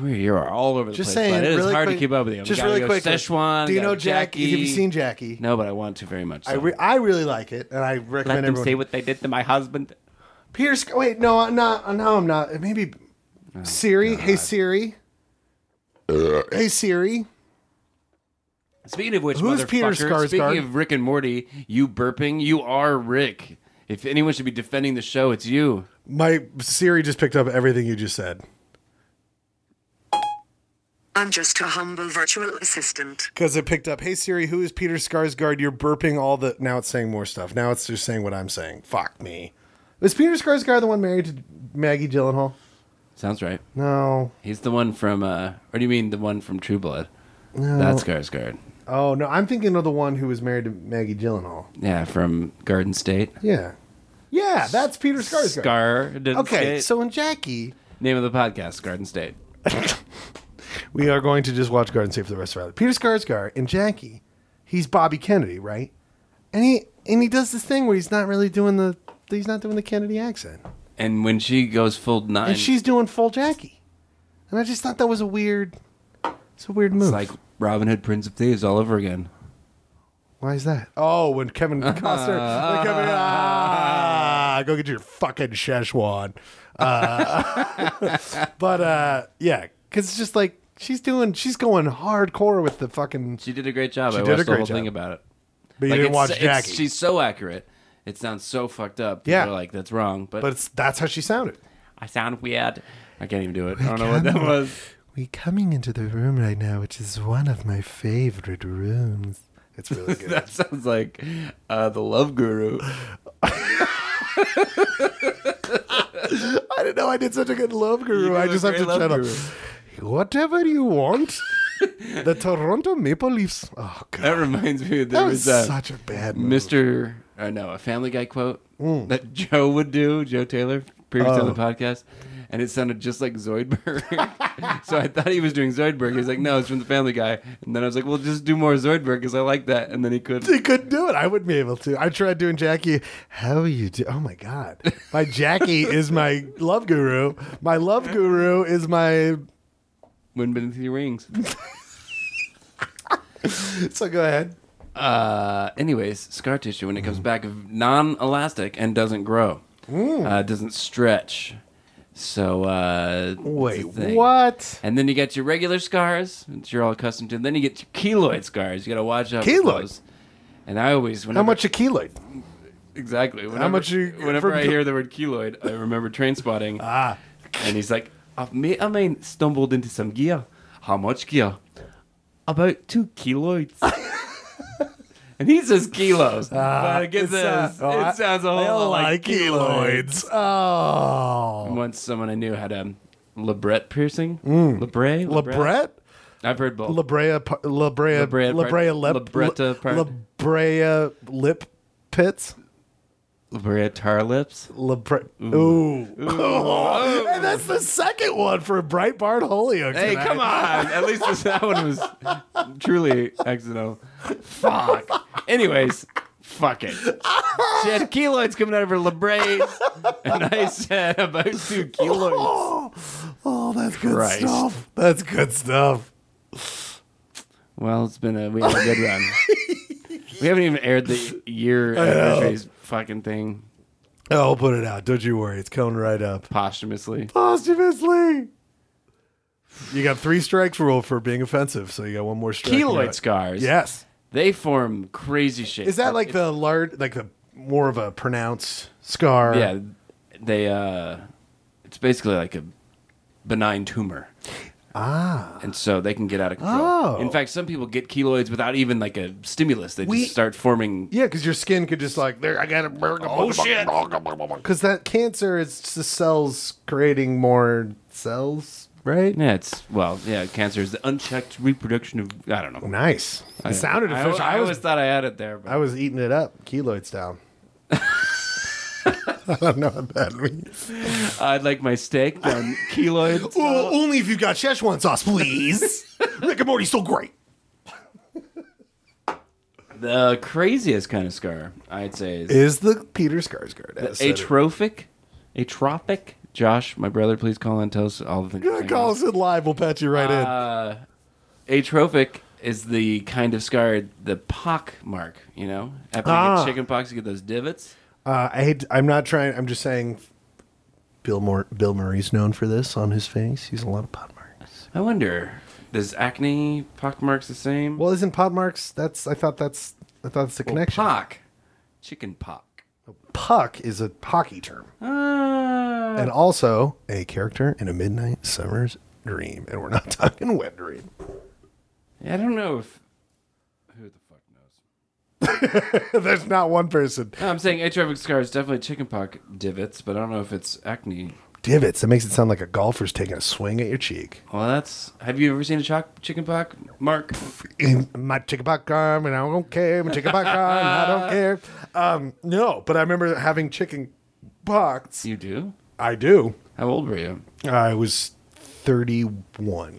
[SPEAKER 2] We are all over the
[SPEAKER 1] Just
[SPEAKER 2] place.
[SPEAKER 1] saying,
[SPEAKER 2] but it is
[SPEAKER 1] really
[SPEAKER 2] hard
[SPEAKER 1] quick-
[SPEAKER 2] to keep up with you. We
[SPEAKER 1] Just
[SPEAKER 2] gotta
[SPEAKER 1] really
[SPEAKER 2] go
[SPEAKER 1] quick.
[SPEAKER 2] Szechuan.
[SPEAKER 1] Do you
[SPEAKER 2] gotta
[SPEAKER 1] know Jackie? Have you seen Jackie?
[SPEAKER 2] No, but I want to very much. So.
[SPEAKER 1] I, re- I really like it, and I recommend
[SPEAKER 2] Let them
[SPEAKER 1] everyone.
[SPEAKER 2] say what they did to my husband.
[SPEAKER 1] Peter. Sc- Wait, no, I'm not. uh, No, I'm not. Maybe
[SPEAKER 2] Oh,
[SPEAKER 1] Siri. Hey Siri. Hey Siri.
[SPEAKER 2] Speaking of which,
[SPEAKER 1] Who's Peter
[SPEAKER 2] motherfucker,
[SPEAKER 1] Skarsgård?
[SPEAKER 2] Speaking of Rick and Morty, you burping, you are Rick. If anyone should be defending the show, it's you.
[SPEAKER 1] My Siri just picked up everything you just said.
[SPEAKER 4] I'm just a humble virtual assistant.
[SPEAKER 1] Because it picked up, hey Siri, who is Peter Skarsgård? You're burping all the. Now it's saying more stuff. Now it's just saying what I'm saying. Fuck me. Is Peter Skarsgård the one married to Maggie Gyllenhaal?
[SPEAKER 2] Sounds right.
[SPEAKER 1] No.
[SPEAKER 2] He's the one from, uh, or do you mean the one from True Blood? No. That's Skarsgård.
[SPEAKER 1] Oh no, I'm thinking of the one who was married to Maggie Gyllenhaal.
[SPEAKER 2] Yeah, from Garden State.
[SPEAKER 1] Yeah. Yeah, that's Peter Skarsgård.
[SPEAKER 2] Scar.
[SPEAKER 1] okay, so in Jackie,
[SPEAKER 2] name of the podcast: Garden State.
[SPEAKER 1] we are going to just watch Garden State for the rest of our life. Peter Skarsgård in Jackie, he's Bobby Kennedy, right? And he and he does this thing where he's not really doing the he's not doing the Kennedy accent,
[SPEAKER 2] And when she goes full nine,
[SPEAKER 1] and she's doing full Jackie. And I just thought that was a weird, it's a weird move.
[SPEAKER 2] it's like Robin Hood, Prince of Thieves, all over again.
[SPEAKER 1] Why is that? Oh, when Kevin Costner, when Kevin, ah, go get your fucking Szechuan. Uh, but uh, yeah, because it's just like she's doing, she's going hardcore with the fucking.
[SPEAKER 2] She did a great job. I
[SPEAKER 1] did
[SPEAKER 2] watched
[SPEAKER 1] a
[SPEAKER 2] the
[SPEAKER 1] great
[SPEAKER 2] whole
[SPEAKER 1] job.
[SPEAKER 2] thing about it.
[SPEAKER 1] But you
[SPEAKER 2] Like,
[SPEAKER 1] didn't
[SPEAKER 2] it's-
[SPEAKER 1] watch
[SPEAKER 2] it's-
[SPEAKER 1] Jackie,
[SPEAKER 2] She's so accurate. It sounds so fucked up.
[SPEAKER 1] Yeah.
[SPEAKER 2] Yeah, like that's wrong. But,
[SPEAKER 1] but it's, that's how she sounded.
[SPEAKER 2] I sound weird. I can't even do it. I don't know what that was.
[SPEAKER 1] We coming into the room right now, which is one of my favorite rooms. It's really good.
[SPEAKER 2] That sounds like uh, the Love Guru.
[SPEAKER 1] I didn't know I did such a good love
[SPEAKER 2] You
[SPEAKER 1] guru.
[SPEAKER 2] do
[SPEAKER 1] I
[SPEAKER 2] a
[SPEAKER 1] just have to
[SPEAKER 2] great love
[SPEAKER 1] shut up.
[SPEAKER 2] guru.
[SPEAKER 1] Whatever you want. the Toronto Maple Leafs. Oh god.
[SPEAKER 2] That uh, reminds me. There
[SPEAKER 1] That was
[SPEAKER 2] a
[SPEAKER 1] such a bad move.
[SPEAKER 2] Mr. Or no, a Family Guy quote
[SPEAKER 1] Mm.
[SPEAKER 2] that Joe would do, Joe Taylor, previously on the
[SPEAKER 1] Oh.
[SPEAKER 2] podcast, and it sounded just like Zoidberg. so I thought he was doing Zoidberg. He's like, no, it's from the Family Guy. And then I was like, well, just do more Zoidberg because I like that. And then he could.
[SPEAKER 1] They couldn't do it. I wouldn't be able to. I tried doing Jackie. How are you do? Oh my god, my Jackie is my love guru. My love guru is my.
[SPEAKER 2] Wind beneath your wings.
[SPEAKER 1] So go ahead.
[SPEAKER 2] Uh, anyways, scar tissue when it comes back is non-elastic and doesn't grow,
[SPEAKER 1] Mm.
[SPEAKER 2] uh, doesn't stretch. So uh, it's a
[SPEAKER 1] Wait,
[SPEAKER 2] thing.
[SPEAKER 1] what?
[SPEAKER 2] And then you get your regular scars, which you're all accustomed to. And then you get your keloid scars. You got to watch out
[SPEAKER 1] Keloid?
[SPEAKER 2] for those. And I always, whenever,
[SPEAKER 1] How much a keloid?
[SPEAKER 2] exactly? Whenever,
[SPEAKER 1] much you-
[SPEAKER 2] whenever
[SPEAKER 1] from-
[SPEAKER 2] I hear the word keloid, I remember train spotting.
[SPEAKER 1] Ah,
[SPEAKER 2] and he's like, I may, I mean, stumbled into some gear. How much gear? About two keloids. and he says kilos, but I get
[SPEAKER 1] it's,
[SPEAKER 2] this.
[SPEAKER 1] uh, oh, I-
[SPEAKER 2] it sounds a whole lot like keloids.
[SPEAKER 1] Oh,
[SPEAKER 2] Once someone I knew had a labret piercing.
[SPEAKER 1] Mm.
[SPEAKER 2] Labre?
[SPEAKER 1] Labret,
[SPEAKER 2] I've heard both.
[SPEAKER 1] La Brea, Par- La Brea, La
[SPEAKER 2] Brea
[SPEAKER 1] Brea, La Brea,
[SPEAKER 2] Part-
[SPEAKER 1] lip,
[SPEAKER 2] La Bretta Part-
[SPEAKER 1] La Brea lip pits.
[SPEAKER 2] Labret tar lips.
[SPEAKER 1] LeBra- Ooh. Ooh. and that's the second one for Breitbart Holyoke.
[SPEAKER 2] Hey,
[SPEAKER 1] tonight.
[SPEAKER 2] come on! At least this, that one was truly accidental. Fuck. Anyways, fuck it. She had keloids coming out of her labrays, and I said about two keloids.
[SPEAKER 1] Oh, oh that's good
[SPEAKER 2] Christ.
[SPEAKER 1] stuff. That's good stuff.
[SPEAKER 2] Well, it's been a we had a good run. We haven't even aired the year anniversaries fucking thing
[SPEAKER 1] Oh, I'll put it out. Don't you worry. It's coming right up.
[SPEAKER 2] posthumously.
[SPEAKER 1] Posthumously. You got three strikes rule for being offensive, so you got one more strike. and you're
[SPEAKER 2] Keloid
[SPEAKER 1] out.
[SPEAKER 2] scars.
[SPEAKER 1] Yes.
[SPEAKER 2] they form crazy shape.
[SPEAKER 1] Is that like the large, like the more of a pronounced scar?
[SPEAKER 2] yeah? They uh, it's basically like a benign tumor.
[SPEAKER 1] Ah.
[SPEAKER 2] and so they can get out of control.
[SPEAKER 1] Oh.
[SPEAKER 2] In fact, some people get keloids without even like a stimulus. They
[SPEAKER 1] We-
[SPEAKER 2] just start forming.
[SPEAKER 1] Yeah, because your skin could just like there. I got to
[SPEAKER 2] Oh shit!
[SPEAKER 1] Because that cancer is the cells creating more cells, right?
[SPEAKER 2] Yeah, it's well, yeah. Cancer is the unchecked reproduction of I don't know.
[SPEAKER 1] Nice. It sounded
[SPEAKER 2] I,
[SPEAKER 1] official. I,
[SPEAKER 2] I always
[SPEAKER 1] was
[SPEAKER 2] thought I had it there, but
[SPEAKER 1] I was eating it up, keloid style. I don't know what that means.
[SPEAKER 2] I'd like my steak done keloids.
[SPEAKER 1] Well, only if you've got Szechuan sauce, please. Rick and Morty's still great.
[SPEAKER 2] The craziest kind of scar I'd say is
[SPEAKER 1] Is the Peter Skarsgård as said it.
[SPEAKER 2] atrophic, atrophic. Josh, my brother, please call and tell us all the things.
[SPEAKER 1] Yeah, Call us in live. We'll patch you right
[SPEAKER 2] Uh, atrophic is the kind of scar, the pock mark. You know, after you
[SPEAKER 1] Ah.
[SPEAKER 2] get chicken pox, you get those divots.
[SPEAKER 1] in. Uh, I hate, I'm not trying. I'm just saying. Bill Mor- Bill Murray's known for this on his face. He's a lot of pot marks.
[SPEAKER 2] I wonder, does acne pockmarks the same?
[SPEAKER 1] Well, isn't pot marks? That's I thought that's I thought that's the connection.
[SPEAKER 2] pock, chicken pock.
[SPEAKER 1] Puck is a hockey term.
[SPEAKER 2] Oh. Ah.
[SPEAKER 1] and also a character in a midnight summer's dream. And we're not talking wet dream.
[SPEAKER 2] I don't know if who the fuck knows.
[SPEAKER 1] There's not one person.
[SPEAKER 2] No, I'm saying atrophic scar is definitely chickenpox divots, but I don't know if it's acne.
[SPEAKER 1] Divots. That makes it sound like a golfer's taking a swing at your cheek.
[SPEAKER 2] Well, that's. Have you ever seen a choc- chickenpox, Mark?
[SPEAKER 1] In my chicken pot arm, and I don't care. My chicken pot arm, I don't care. Um, no, but I remember having chicken pox.
[SPEAKER 2] You do.
[SPEAKER 1] I do.
[SPEAKER 2] How old were you?
[SPEAKER 1] I was 31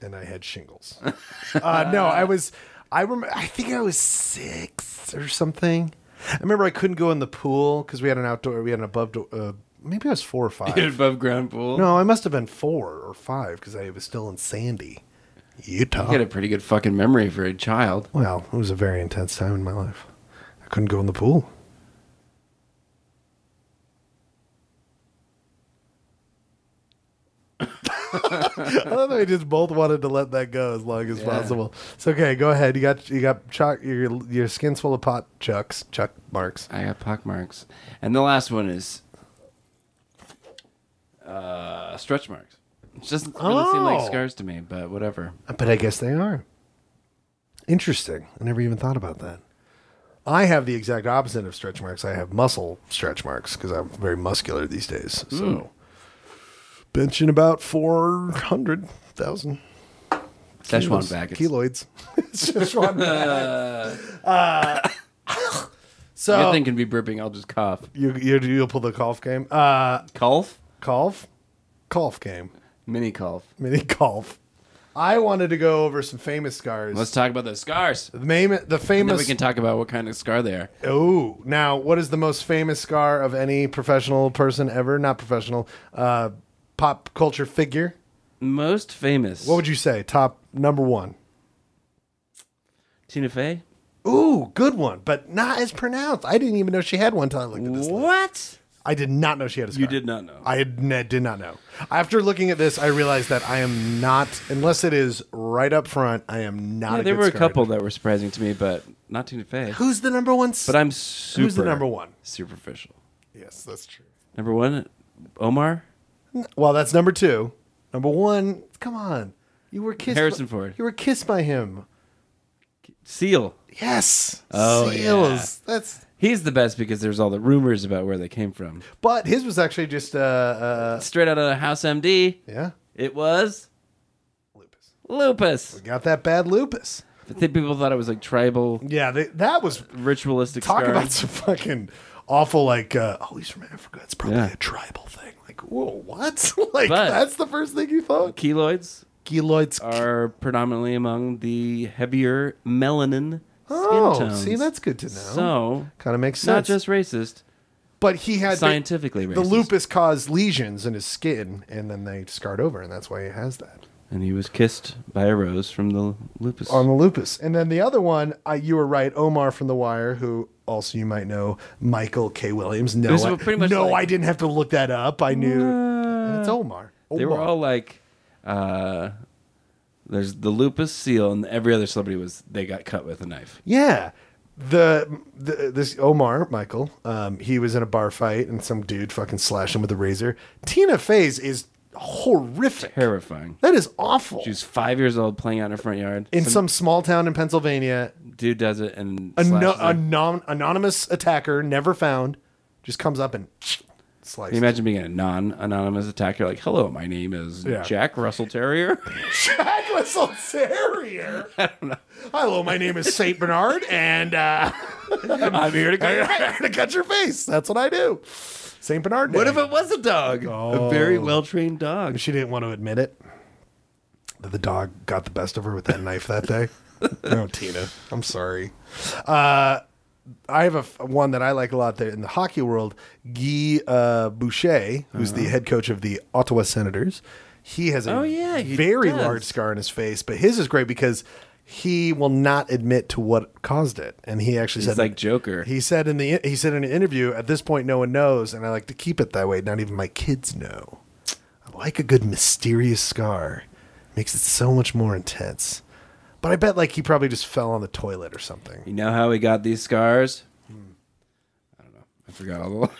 [SPEAKER 1] and I had shingles. uh, no, I was, I remember, I think I was six or something. I remember I couldn't go in the pool because we had an outdoor, we had an above, do- uh, maybe I was four or
[SPEAKER 2] You're
[SPEAKER 1] five.
[SPEAKER 2] above ground pool.
[SPEAKER 1] no, I must have been four or five because I was still in Sandy, Utah.
[SPEAKER 2] You had a pretty good fucking memory for a child.
[SPEAKER 1] Well, it was a very intense time in my life. I couldn't go in the pool. I love that we just both wanted to let that go as long as
[SPEAKER 2] Yeah.
[SPEAKER 1] possible. It's okay. Go ahead. You got you got chalk. Your your skin's full of pot chucks, chuck marks.
[SPEAKER 2] I got pockmarks. And the last one is uh, stretch marks. It doesn't really seem like
[SPEAKER 1] Oh.
[SPEAKER 2] scars to me, but whatever.
[SPEAKER 1] But I guess they are. Interesting. I never even thought about that. I have the exact opposite of stretch marks. I have muscle stretch marks because I'm very muscular these days. So benching about 400,000
[SPEAKER 2] That's one
[SPEAKER 1] kilos-
[SPEAKER 2] back. It's-
[SPEAKER 1] kiloids. it's just one bag. Uh, so
[SPEAKER 2] Nothing can be burping. I'll just cough.
[SPEAKER 1] you, you, you'll pull the golf game. Uh,
[SPEAKER 2] Cough?
[SPEAKER 1] golf? Golf game.
[SPEAKER 2] Mini cough.
[SPEAKER 1] Mini golf. I wanted to go over some famous scars.
[SPEAKER 2] Let's talk about the scars.
[SPEAKER 1] the, main, the
[SPEAKER 2] And then
[SPEAKER 1] famous
[SPEAKER 2] we can talk about what kind of scar they are.
[SPEAKER 1] Oh, now what is the most famous scar of any professional person ever? Not professional, uh, pop culture figure.
[SPEAKER 2] Most famous.
[SPEAKER 1] What would you say? Top number one.
[SPEAKER 2] Tina Fey?
[SPEAKER 1] Ooh, good one, but not as pronounced. I didn't even know she had one until I looked at this. list.
[SPEAKER 2] What?
[SPEAKER 1] I did not know she had a scar.
[SPEAKER 2] You did not know.
[SPEAKER 1] I had- n- did not know. After looking at this, I realized that I am not, unless it is right up front, I am not.
[SPEAKER 2] Yeah,
[SPEAKER 1] a
[SPEAKER 2] there
[SPEAKER 1] good
[SPEAKER 2] were a
[SPEAKER 1] scar
[SPEAKER 2] couple
[SPEAKER 1] reader.
[SPEAKER 2] that were surprising to me, but not Tina Fey.
[SPEAKER 1] Who's the number one? s-
[SPEAKER 2] But I'm super.
[SPEAKER 1] the number one?
[SPEAKER 2] Superficial.
[SPEAKER 1] yes, that's true.
[SPEAKER 2] Number one, Omar.
[SPEAKER 1] Well, that's number two. Number one, come on. You were kissed.
[SPEAKER 2] Harrison
[SPEAKER 1] by,
[SPEAKER 2] Ford.
[SPEAKER 1] You were kissed by him.
[SPEAKER 2] Seal.
[SPEAKER 1] Yes.
[SPEAKER 2] Oh,
[SPEAKER 1] Seals. That's.
[SPEAKER 2] He's the best because there's all the rumors about where they came from.
[SPEAKER 1] But his was actually just uh, uh
[SPEAKER 2] Straight out of House MD,
[SPEAKER 1] yeah,
[SPEAKER 2] it was
[SPEAKER 1] lupus.
[SPEAKER 2] lupus.
[SPEAKER 1] Got that bad lupus.
[SPEAKER 2] I think people thought it was like tribal,
[SPEAKER 1] Yeah, they, that was
[SPEAKER 2] ritualistic
[SPEAKER 1] talk
[SPEAKER 2] scar.
[SPEAKER 1] about some fucking awful like uh, oh he's from Africa. It's probably
[SPEAKER 2] Yeah.
[SPEAKER 1] a tribal thing. Like whoa, what? like
[SPEAKER 2] But-
[SPEAKER 1] that's the first thing you thought.
[SPEAKER 2] Keloids
[SPEAKER 1] Keloids.
[SPEAKER 2] are predominantly among the heavier melanin
[SPEAKER 1] oh,
[SPEAKER 2] skin tones.
[SPEAKER 1] see, that's good to know.
[SPEAKER 2] So,
[SPEAKER 1] kind of makes sense.
[SPEAKER 2] not just racist,
[SPEAKER 1] but he had the-
[SPEAKER 2] scientifically racist.
[SPEAKER 1] the lupus caused lesions in his skin, and then they scarred over, and that's why he has that
[SPEAKER 2] And he was kissed by a rose from the lupus.
[SPEAKER 1] on the lupus. And then the other one, uh, you were right, Omar from The Wire, who also you might know, Michael K. Williams. No,
[SPEAKER 2] This
[SPEAKER 1] I,
[SPEAKER 2] was pretty much
[SPEAKER 1] no,
[SPEAKER 2] like-
[SPEAKER 1] I didn't have to look that up. I knew it's Omar.
[SPEAKER 2] they were
[SPEAKER 1] Omar.
[SPEAKER 2] all like, uh, there's the lupus seal, and every other celebrity was they got cut with a knife.
[SPEAKER 1] Yeah. The, the this Omar Michael, um, he was in a bar fight and some dude fucking slashed him with a razor. Tina Fey's is horrific.
[SPEAKER 2] Terrifying.
[SPEAKER 1] That is awful.
[SPEAKER 2] She was five years old playing out in her front yard.
[SPEAKER 1] in some small town in Pennsylvania,
[SPEAKER 2] dude does it and
[SPEAKER 1] a, no,
[SPEAKER 2] slashes her.
[SPEAKER 1] a non, anonymous attacker never found just comes up and
[SPEAKER 2] Can you
[SPEAKER 1] slices.
[SPEAKER 2] imagine being a non-anonymous attacker like, "Hello, my name is
[SPEAKER 1] Yeah.
[SPEAKER 2] Jack Russell Terrier."
[SPEAKER 1] Jack Russell Terrier. Hello, my name is Saint Bernard, and uh,
[SPEAKER 2] I'm here to
[SPEAKER 1] I'm here to cut your face. That's what I do. Saint Bernard.
[SPEAKER 2] What
[SPEAKER 1] Day.
[SPEAKER 2] if it was a dog? A very
[SPEAKER 1] Oh.
[SPEAKER 2] well-trained dog.
[SPEAKER 1] She didn't want to admit it. That the dog got the best of her with that knife that day. No, Tina. I'm sorry. Uh, I have a f- one that I like a lot there in the hockey world. Guy uh, Boucher, who's the head coach of the Ottawa Senators, he has a
[SPEAKER 2] Oh, yeah, he
[SPEAKER 1] very
[SPEAKER 2] does.
[SPEAKER 1] large scar on his face, but his is great because he will not admit to what caused it, and he actually
[SPEAKER 2] He's
[SPEAKER 1] said
[SPEAKER 2] like Joker.
[SPEAKER 1] He said in the he said in an interview, at this point, no one knows, and I like to keep it that way. Not even my kids know. I like a good mysterious scar. Makes it so much more intense. But I bet like he probably just fell on the toilet or something. Hmm.
[SPEAKER 2] You know how he got these scars? I don't know. I I forgot all the lines.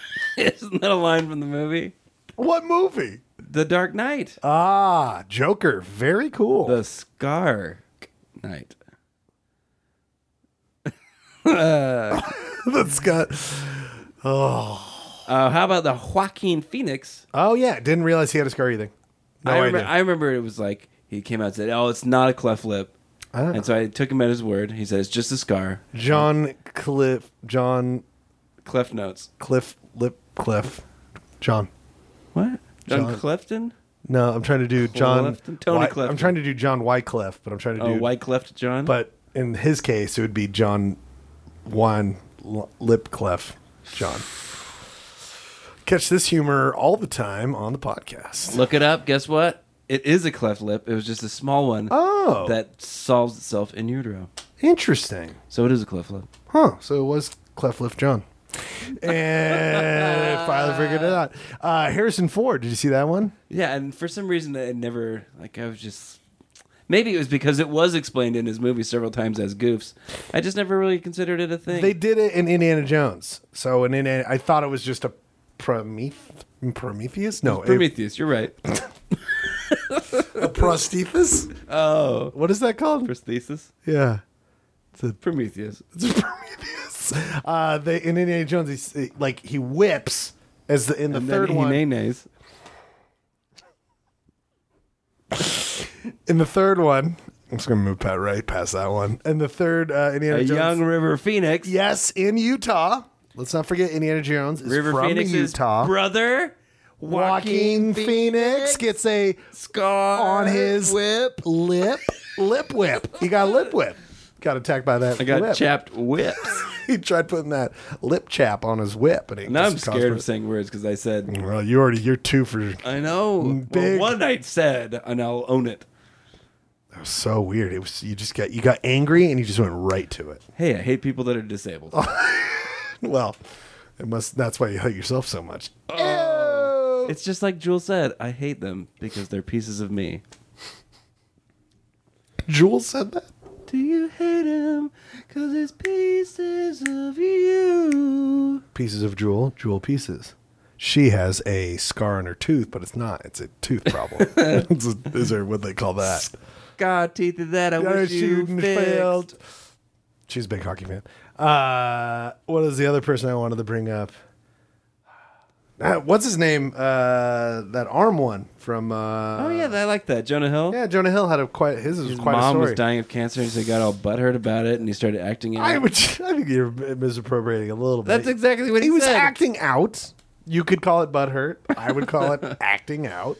[SPEAKER 2] Isn't that a line from the movie?
[SPEAKER 1] What movie?
[SPEAKER 2] The Dark Knight.
[SPEAKER 1] Ah, Joker. Very cool.
[SPEAKER 2] The Scar Knight.
[SPEAKER 1] That's got.
[SPEAKER 2] Uh, how about the Joaquin Phoenix?
[SPEAKER 1] Oh yeah, didn't realize he had a scar either. No
[SPEAKER 2] I, remember,
[SPEAKER 1] idea.
[SPEAKER 2] I remember it was like he came out and said, "Oh, it's not a cleft lip,"
[SPEAKER 1] Ah.
[SPEAKER 2] and so I took him at his word. He said, "It's just a scar,
[SPEAKER 1] John Cliff. John
[SPEAKER 2] cleft notes."
[SPEAKER 1] Cliff Lip Cliff. John.
[SPEAKER 2] What? John,
[SPEAKER 1] John-
[SPEAKER 2] Clefton?
[SPEAKER 1] No, I'm trying to do John.
[SPEAKER 2] Clifton? Tony
[SPEAKER 1] Wy-
[SPEAKER 2] Clifton.
[SPEAKER 1] I'm trying to do John Wyclef, but I'm trying to
[SPEAKER 2] Oh,
[SPEAKER 1] do.
[SPEAKER 2] White Cleft John.
[SPEAKER 1] But in his case, it would be John Juan L- Lip Clef John. Catch this humor all the time on the podcast.
[SPEAKER 2] look it up. Guess what? It is a cleft lip. It was just a small one
[SPEAKER 1] Oh,
[SPEAKER 2] that solves itself in utero.
[SPEAKER 1] interesting.
[SPEAKER 2] So it is a cleft lip.
[SPEAKER 1] Huh. So it was Cleflift John. And finally figured it out. Uh, Harrison Ford. Did you see that one?
[SPEAKER 2] Yeah, and for some reason it never like I was just maybe it was because it was explained in his movie several times as goofs. I just never really considered it a thing.
[SPEAKER 1] They did it in Indiana Jones. So in Indiana, I thought it was just a Promethe- Prometheus. No,
[SPEAKER 2] Prometheus, you're right.
[SPEAKER 1] a, a prosthesis.
[SPEAKER 2] Oh,
[SPEAKER 1] What is that called?
[SPEAKER 2] prosthesis.
[SPEAKER 1] yeah,
[SPEAKER 2] Prometheus.
[SPEAKER 1] it's a Prometheus. Uh, they in Indiana Jones, he's, he- like he whips as the in the
[SPEAKER 2] And then
[SPEAKER 1] third
[SPEAKER 2] he
[SPEAKER 1] one.
[SPEAKER 2] nay-nays.
[SPEAKER 1] in the third one, I'm just gonna move pat right past that one. And the third uh, Indiana
[SPEAKER 2] A
[SPEAKER 1] Jones,
[SPEAKER 2] young River Phoenix.
[SPEAKER 1] Yes, in Utah. Let's not forget Indiana Jones is
[SPEAKER 2] River
[SPEAKER 1] from
[SPEAKER 2] Phoenix's
[SPEAKER 1] Utah.
[SPEAKER 2] brother
[SPEAKER 1] Joaquin Phoenix gets a
[SPEAKER 2] scar
[SPEAKER 1] on his whip, lip, lip whip. He got lip whip. Got attacked by that.
[SPEAKER 2] I got
[SPEAKER 1] whip.
[SPEAKER 2] chapped whips.
[SPEAKER 1] He tried putting that lip chap on his whip, and it
[SPEAKER 2] now I'm
[SPEAKER 1] just caused
[SPEAKER 2] scared
[SPEAKER 1] for-
[SPEAKER 2] of saying words because I said
[SPEAKER 1] Well, you already you're two for.
[SPEAKER 2] I know
[SPEAKER 1] Big-
[SPEAKER 2] well, one I said and I'll own it.
[SPEAKER 1] That was so weird. It was you just got you got angry and you just went right to it.
[SPEAKER 2] Hey, I hate people that are disabled.
[SPEAKER 1] Well, it must. That's why you hurt yourself so much. Ew.
[SPEAKER 2] It's just like Jewel said, I hate them because they're pieces of me.
[SPEAKER 1] Jules said that.
[SPEAKER 2] Do you hate him? Cause it's pieces of you.
[SPEAKER 1] pieces of jewel, jewel pieces. She has a scar on her tooth, but it's not. It's a tooth problem. It's a- Is there what they call that?
[SPEAKER 2] God, teeth of that I wish you
[SPEAKER 1] Shooting
[SPEAKER 2] failed.
[SPEAKER 1] She's a big hockey fan. Uh, what is the other person I wanted to bring up? Uh, what's his name? Uh, that arm one from. Uh,
[SPEAKER 2] Oh yeah, I like that. Jonah Hill.
[SPEAKER 1] yeah. Jonah Hill had a quite his was
[SPEAKER 2] His
[SPEAKER 1] quite a
[SPEAKER 2] mom
[SPEAKER 1] story.
[SPEAKER 2] was dying of cancer, and so he got all butthurt about it, and he started acting. It
[SPEAKER 1] I
[SPEAKER 2] out.
[SPEAKER 1] would. I think you're misappropriating a little bit.
[SPEAKER 2] That's exactly what
[SPEAKER 1] he
[SPEAKER 2] he,
[SPEAKER 1] was
[SPEAKER 2] said.
[SPEAKER 1] acting out. You could call it butthurt. I would call it acting out.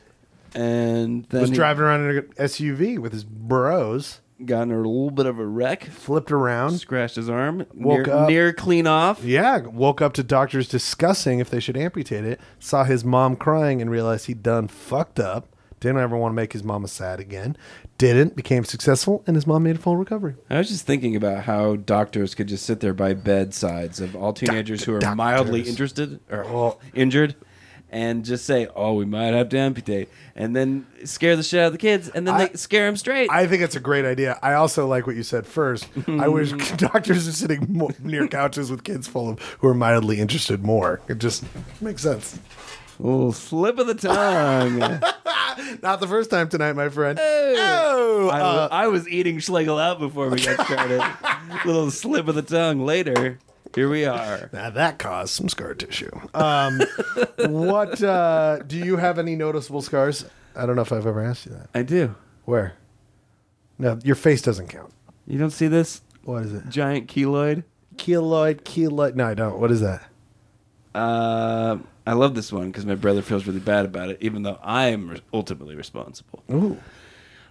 [SPEAKER 2] and then
[SPEAKER 1] was
[SPEAKER 2] he
[SPEAKER 1] driving around in an SUV with his bros,
[SPEAKER 2] got in a little bit of a wreck,
[SPEAKER 1] flipped around.
[SPEAKER 2] scratched his arm,
[SPEAKER 1] Woke
[SPEAKER 2] near,
[SPEAKER 1] up.
[SPEAKER 2] near clean off.
[SPEAKER 1] Yeah, woke up to doctors discussing if they should amputate it. Saw his mom crying and realized he'd done fucked up. Didn't ever want to make his mama sad again. Didn't, became successful, and his mom made a full recovery.
[SPEAKER 2] I was just thinking about how doctors could just sit there by bedsides of all teenagers who are
[SPEAKER 1] Doctor-
[SPEAKER 2] mildly
[SPEAKER 1] doctors.
[SPEAKER 2] interested or
[SPEAKER 1] Oh.
[SPEAKER 2] injured and just say, oh, we might have to amputate, and then scare the shit out of the kids, and then
[SPEAKER 1] I-
[SPEAKER 2] they scare them straight.
[SPEAKER 1] I think it's a great idea. I also like what you said first. I wish doctors are sitting more near couches with kids full of who are mildly interested more. It just makes sense.
[SPEAKER 2] Little slip of the tongue.
[SPEAKER 1] Not the first time tonight, my friend. Oh,
[SPEAKER 2] I,
[SPEAKER 1] uh,
[SPEAKER 2] wa- I was eating Schlegel out before we got started. Little slip of the tongue later. Here we are.
[SPEAKER 1] Now that caused some scar tissue. Um, what uh, do you have any noticeable scars? I don't know if I've ever asked you that.
[SPEAKER 2] I do.
[SPEAKER 1] Where? No, your face doesn't count.
[SPEAKER 2] You don't see this
[SPEAKER 1] What is it?
[SPEAKER 2] giant keloid?
[SPEAKER 1] Keloid, keloid. No, I don't. What is that?
[SPEAKER 2] Uh, I love this one because my brother feels really bad about it, even though I'm re- ultimately responsible.
[SPEAKER 1] Ooh.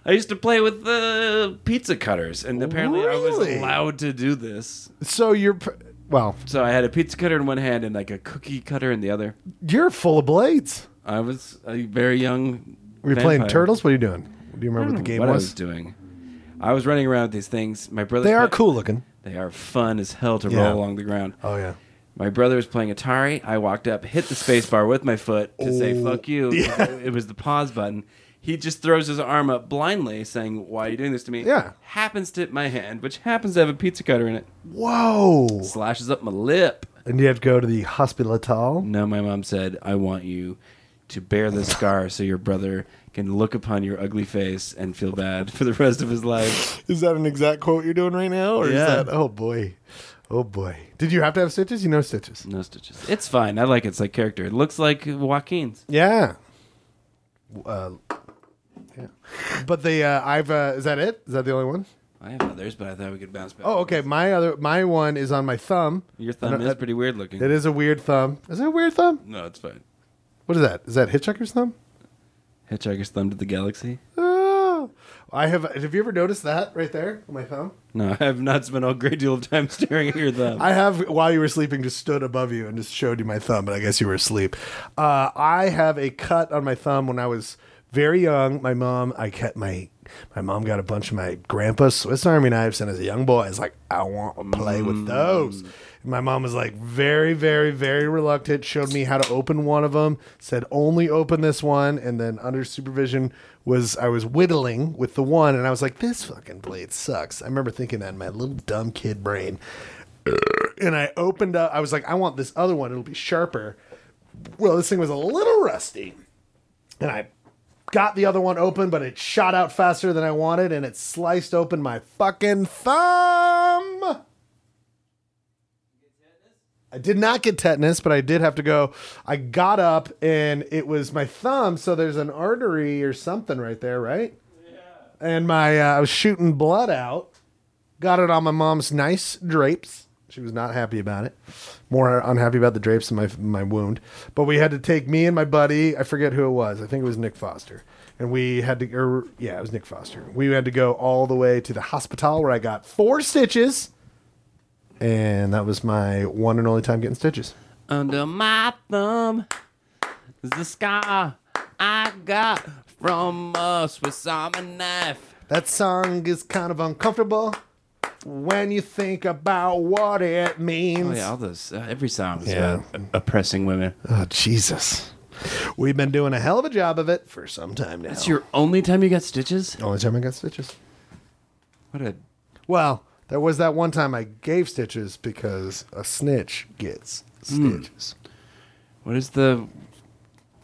[SPEAKER 2] I used to play with uh, pizza cutters, and apparently I was
[SPEAKER 1] Really?
[SPEAKER 2] allowed to do this.
[SPEAKER 1] So you're, pr- well,
[SPEAKER 2] So I had a pizza cutter in one hand and like a cookie cutter in the other.
[SPEAKER 1] you're full of blades.
[SPEAKER 2] I was a very young.
[SPEAKER 1] Were you playing turtles? What are you doing? Do you
[SPEAKER 2] I
[SPEAKER 1] remember what
[SPEAKER 2] don't
[SPEAKER 1] the
[SPEAKER 2] know
[SPEAKER 1] game
[SPEAKER 2] Hmm. what I
[SPEAKER 1] was?
[SPEAKER 2] was doing. I was running around with these things. My brother.
[SPEAKER 1] They are
[SPEAKER 2] play-
[SPEAKER 1] cool looking.
[SPEAKER 2] They are fun as hell to
[SPEAKER 1] Yeah.
[SPEAKER 2] roll along the ground.
[SPEAKER 1] Oh yeah.
[SPEAKER 2] My brother was playing Atari. I walked up, hit the space bar with my foot to say
[SPEAKER 1] Oh.
[SPEAKER 2] "fuck you." It was the pause button. He just throws his arm up blindly, saying, "Why are you doing this to me?"
[SPEAKER 1] Yeah.
[SPEAKER 2] happens to hit my hand, which happens to have a pizza cutter in it.
[SPEAKER 1] Whoa.
[SPEAKER 2] Slashes up my lip.
[SPEAKER 1] And you have to go to the hospital.
[SPEAKER 2] No, my mom said, I want you to bear the scar so your brother can look upon your ugly face and feel bad for the rest of his life.
[SPEAKER 1] Is that an exact quote you're doing right now? Or
[SPEAKER 2] Yeah.
[SPEAKER 1] is that, oh boy. Oh boy. Did you have to have stitches? You know stitches.
[SPEAKER 2] No stitches. It's fine. I like its like character. It looks like Joaquin's.
[SPEAKER 1] Yeah. Uh, yeah. But the, uh, I've, uh, is that it? Is that the only one?
[SPEAKER 2] I have others, but I thought we could bounce back.
[SPEAKER 1] Oh, okay. My other, my one is on my thumb.
[SPEAKER 2] Your thumb
[SPEAKER 1] No,
[SPEAKER 2] is
[SPEAKER 1] that-
[SPEAKER 2] pretty weird looking.
[SPEAKER 1] It is a weird thumb. Is it a weird thumb?
[SPEAKER 2] No, it's fine.
[SPEAKER 1] What is that? Is that Hitchhiker's thumb?
[SPEAKER 2] Hitchhiker's thumb to the galaxy.
[SPEAKER 1] Oh, I have. Have you ever noticed that right there on my thumb?
[SPEAKER 2] No, I have not spent a great deal of time staring at your thumb.
[SPEAKER 1] I have while you were sleeping, just stood above you and just showed you my thumb, but I guess you were asleep. Uh, I have a cut on my thumb when I was very young. My mom, I kept my my mom got a bunch of my grandpa's Swiss Army knives, and as a young boy, I was like, I want to play with those. And my mom was like very, very, very reluctant. Showed me how to open one of them. Said only open this one, and then under supervision was I was whittling with the one, and I was like, this fucking blade sucks. I remember thinking that in my little dumb kid brain and I opened up. I was like, I want this other one. It'll be sharper. Well, this thing was a little rusty, and I got the other one open, but it shot out faster than I wanted, and it sliced open my fucking thumb. I did not get tetanus, but I did have to go. I got up and it was my thumb, so there's an artery or something right there, right? Yeah. And my uh, I was shooting blood out. Got it on my mom's nice drapes. She was not happy about it. More unhappy about the drapes than my my wound. But we had to take me and my buddy. I forget who it was. I think it was Nick Foster. And we had to, or yeah, it was Nick Foster. We had to go all the way to the hospital where I got four stitches. And that was my one and only time getting stitches.
[SPEAKER 2] Under my thumb is the scar I got from a Swiss Army knife.
[SPEAKER 1] That song is kind of uncomfortable when you think about what it
[SPEAKER 2] Oh
[SPEAKER 1] means.
[SPEAKER 2] yeah, all those uh, every song is
[SPEAKER 1] Yeah.
[SPEAKER 2] about oppressing women.
[SPEAKER 1] Oh, Jesus. We've been doing a hell of a job of it for some time now.
[SPEAKER 2] That's your only time you got stitches.
[SPEAKER 1] only time I got stitches.
[SPEAKER 2] What a
[SPEAKER 1] Well, there was that one time I gave stitches because a snitch gets stitches.
[SPEAKER 2] what is the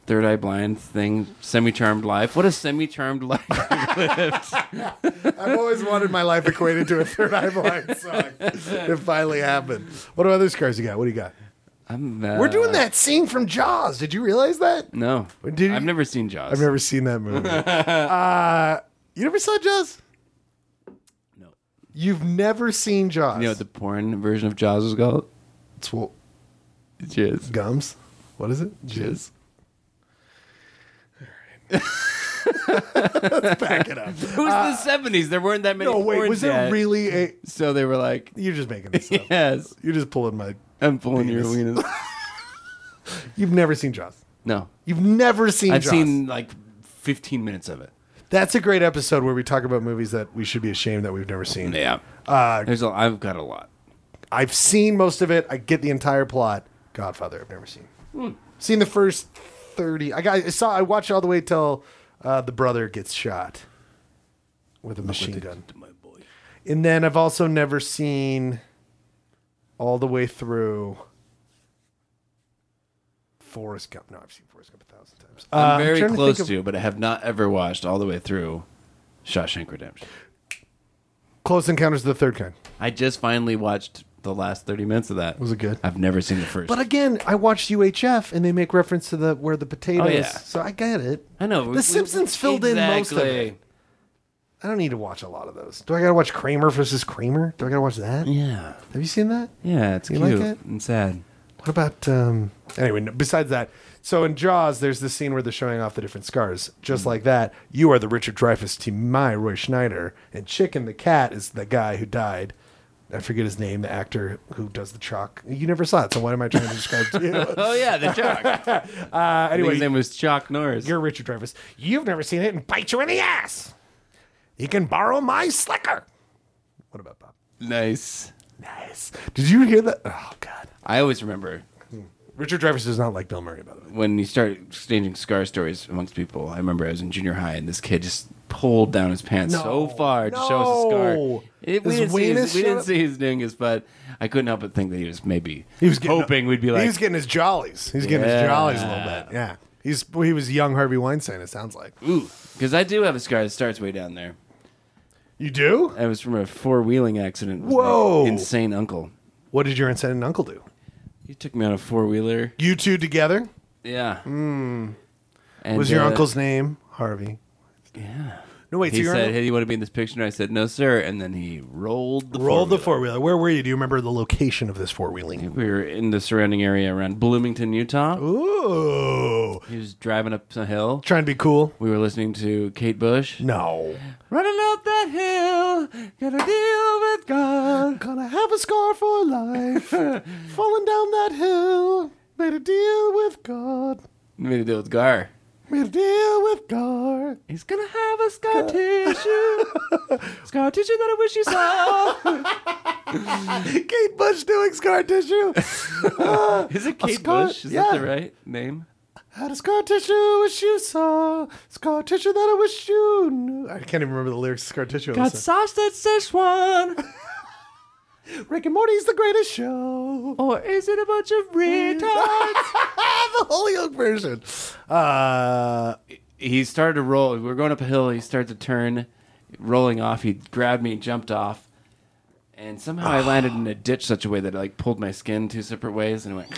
[SPEAKER 2] third eye blind thing? Semi charmed life. What a semi charmed life.
[SPEAKER 1] Mm. I've always wanted my life equated to a third eye blind song. It finally happened. What other scars you got? What do you got?
[SPEAKER 2] I'm, uh,
[SPEAKER 1] We're doing that scene from Jaws. Did you realize that?
[SPEAKER 2] No,
[SPEAKER 1] Did you-
[SPEAKER 2] I've never seen Jaws.
[SPEAKER 1] I've never seen that movie. uh, you never saw Jaws?
[SPEAKER 2] No.
[SPEAKER 1] You've never seen Jaws?
[SPEAKER 2] You know what the porn version of Jaws was called?
[SPEAKER 1] it's well,
[SPEAKER 2] Jizz.
[SPEAKER 1] gums. What is it? Jizz.
[SPEAKER 2] It was the seventies. There weren't that many.
[SPEAKER 1] Uh, No, wait.
[SPEAKER 2] porns
[SPEAKER 1] Was there
[SPEAKER 2] yet.
[SPEAKER 1] really a?
[SPEAKER 2] So they were like,
[SPEAKER 1] You're just making this up.
[SPEAKER 2] "Yes,
[SPEAKER 1] You're just pulling my.
[SPEAKER 2] I'm pulling
[SPEAKER 1] Penis.
[SPEAKER 2] your weenus."
[SPEAKER 1] You've never seen Jaws.
[SPEAKER 2] No,
[SPEAKER 1] You've never seen.
[SPEAKER 2] I've
[SPEAKER 1] Jaws.
[SPEAKER 2] seen like 15 minutes of it.
[SPEAKER 1] That's a great episode where we talk about movies that we should be ashamed that we've never seen.
[SPEAKER 2] Yeah,
[SPEAKER 1] Uh,
[SPEAKER 2] there's a, I've got a lot.
[SPEAKER 1] I've seen most of it. I get the entire plot. Godfather, I've never seen.
[SPEAKER 2] Hmm.
[SPEAKER 1] Seen the first thirty. I got. I saw. I watched all the way till uh, the brother gets shot with a machine gun,
[SPEAKER 2] My boy.
[SPEAKER 1] and then I've also never seen all the way through. Forrest Gump. No, I've seen Forrest Gump a thousand times. Uh,
[SPEAKER 2] I'm very
[SPEAKER 1] trying to
[SPEAKER 2] close
[SPEAKER 1] think of-
[SPEAKER 2] to, but I have not ever watched all the way through Shawshank Redemption.
[SPEAKER 1] Close Encounters of the Third Kind.
[SPEAKER 2] I just finally watched the last 30 minutes of that.
[SPEAKER 1] Was it good?
[SPEAKER 2] I've never seen the first.
[SPEAKER 1] But again, I watched UHF and they make reference to the where the potatoes.
[SPEAKER 2] Oh, yeah.
[SPEAKER 1] So I get it.
[SPEAKER 2] I know
[SPEAKER 1] The
[SPEAKER 2] we- we-
[SPEAKER 1] Simpsons filled in most of it.
[SPEAKER 2] Exactly.
[SPEAKER 1] I don't need to watch a lot of those. Do I gotta watch Kramer versus Kramer? Do I gotta watch that?
[SPEAKER 2] Yeah,
[SPEAKER 1] Have you seen that?
[SPEAKER 2] yeah, it's
[SPEAKER 1] You like
[SPEAKER 2] cute
[SPEAKER 1] it?
[SPEAKER 2] and sad.
[SPEAKER 1] What about um anyway, no, besides that. So in Jaws, there's the scene where they're showing off the different scars. Just like that, you are the Richard Dreyfuss to my Roy Schneider, and Chicken the Cat is the guy who died. I forget his name, the actor who does the chalk. You never saw it, so what am I trying to describe to you?
[SPEAKER 2] Oh yeah, the Chuck.
[SPEAKER 1] Uh,
[SPEAKER 2] I think
[SPEAKER 1] anyway,
[SPEAKER 2] his name was Chuck Norris.
[SPEAKER 1] You're Richard Dreyfuss. You've never seen it and bite you in the ass. You can borrow my slicker. What about Bob?
[SPEAKER 2] nice.
[SPEAKER 1] Nice. Did you hear that? Oh God.
[SPEAKER 2] I always remember
[SPEAKER 1] Richard Dreyfuss does not like Bill Murray, by the way.
[SPEAKER 2] when you start exchanging scar stories amongst people, I remember I was in junior high and this kid just pulled down his pants
[SPEAKER 1] No.
[SPEAKER 2] so far to show us a
[SPEAKER 1] No.
[SPEAKER 2] scar. It, we
[SPEAKER 1] His
[SPEAKER 2] didn't, see
[SPEAKER 1] weenus
[SPEAKER 2] his, we
[SPEAKER 1] showed
[SPEAKER 2] didn't
[SPEAKER 1] up?
[SPEAKER 2] see his dingus, but I couldn't help but think that he was maybe
[SPEAKER 1] He was getting-
[SPEAKER 2] hoping we'd be like,
[SPEAKER 1] he was getting his jollies. He's getting his
[SPEAKER 2] Yeah.
[SPEAKER 1] jollies a little bit. Yeah. He's he was young Harvey Weinstein. It sounds like
[SPEAKER 2] ooh, because I do have a scar that starts way down there.
[SPEAKER 1] you do.
[SPEAKER 2] It was from a four wheeling accident. with my
[SPEAKER 1] Whoa.
[SPEAKER 2] insane uncle.
[SPEAKER 1] What did your insane uncle do?
[SPEAKER 2] He took me on a four wheeler.
[SPEAKER 1] You two together.
[SPEAKER 2] Yeah.
[SPEAKER 1] Hmm.
[SPEAKER 2] And,
[SPEAKER 1] Was your
[SPEAKER 2] uh,
[SPEAKER 1] uncle's name Harvey?
[SPEAKER 2] Yeah.
[SPEAKER 1] No wait.
[SPEAKER 2] He
[SPEAKER 1] so your
[SPEAKER 2] said,
[SPEAKER 1] uncle-
[SPEAKER 2] "Hey, you want to be in this picture?" And I said, "No, sir." And then he rolled the
[SPEAKER 1] roll the
[SPEAKER 2] four-wheeler.
[SPEAKER 1] four wheeler. Where were you? Do you remember the location of this four wheeling?
[SPEAKER 2] We were in the surrounding area around Bloomington, Utah.
[SPEAKER 1] Ooh,
[SPEAKER 2] He was driving up a hill.
[SPEAKER 1] trying to be cool.
[SPEAKER 2] We were listening to Kate Bush.
[SPEAKER 1] No,
[SPEAKER 2] Running up that hill, gotta deal with God.
[SPEAKER 1] gonna have a scar for life. Falling down that hill, made a deal with God.
[SPEAKER 2] Made a deal with Gar.
[SPEAKER 1] Made a deal with God.
[SPEAKER 2] He's gonna have a scar tissue, scar tissue that I wish you saw.
[SPEAKER 1] Kate Bush doing scar tissue.
[SPEAKER 2] Is it
[SPEAKER 1] A
[SPEAKER 2] Kate
[SPEAKER 1] scar-
[SPEAKER 2] Bush? Is
[SPEAKER 1] yeah.
[SPEAKER 2] that the right name?
[SPEAKER 1] Had a scar tissue, wish you saw. Scar tissue that I wish you knew. I can't even remember the lyrics to scar tissue.
[SPEAKER 2] Got
[SPEAKER 1] Listen.
[SPEAKER 2] sauce that says one,
[SPEAKER 1] Rick and Morty's the greatest show.
[SPEAKER 2] or is it a bunch of retards?
[SPEAKER 1] the Holyoke version. Uh,
[SPEAKER 2] he started to roll. We were going up a hill. He started to turn, rolling off. He grabbed me, jumped off, and somehow I landed in a ditch such a way that it like pulled my skin two separate ways and it went.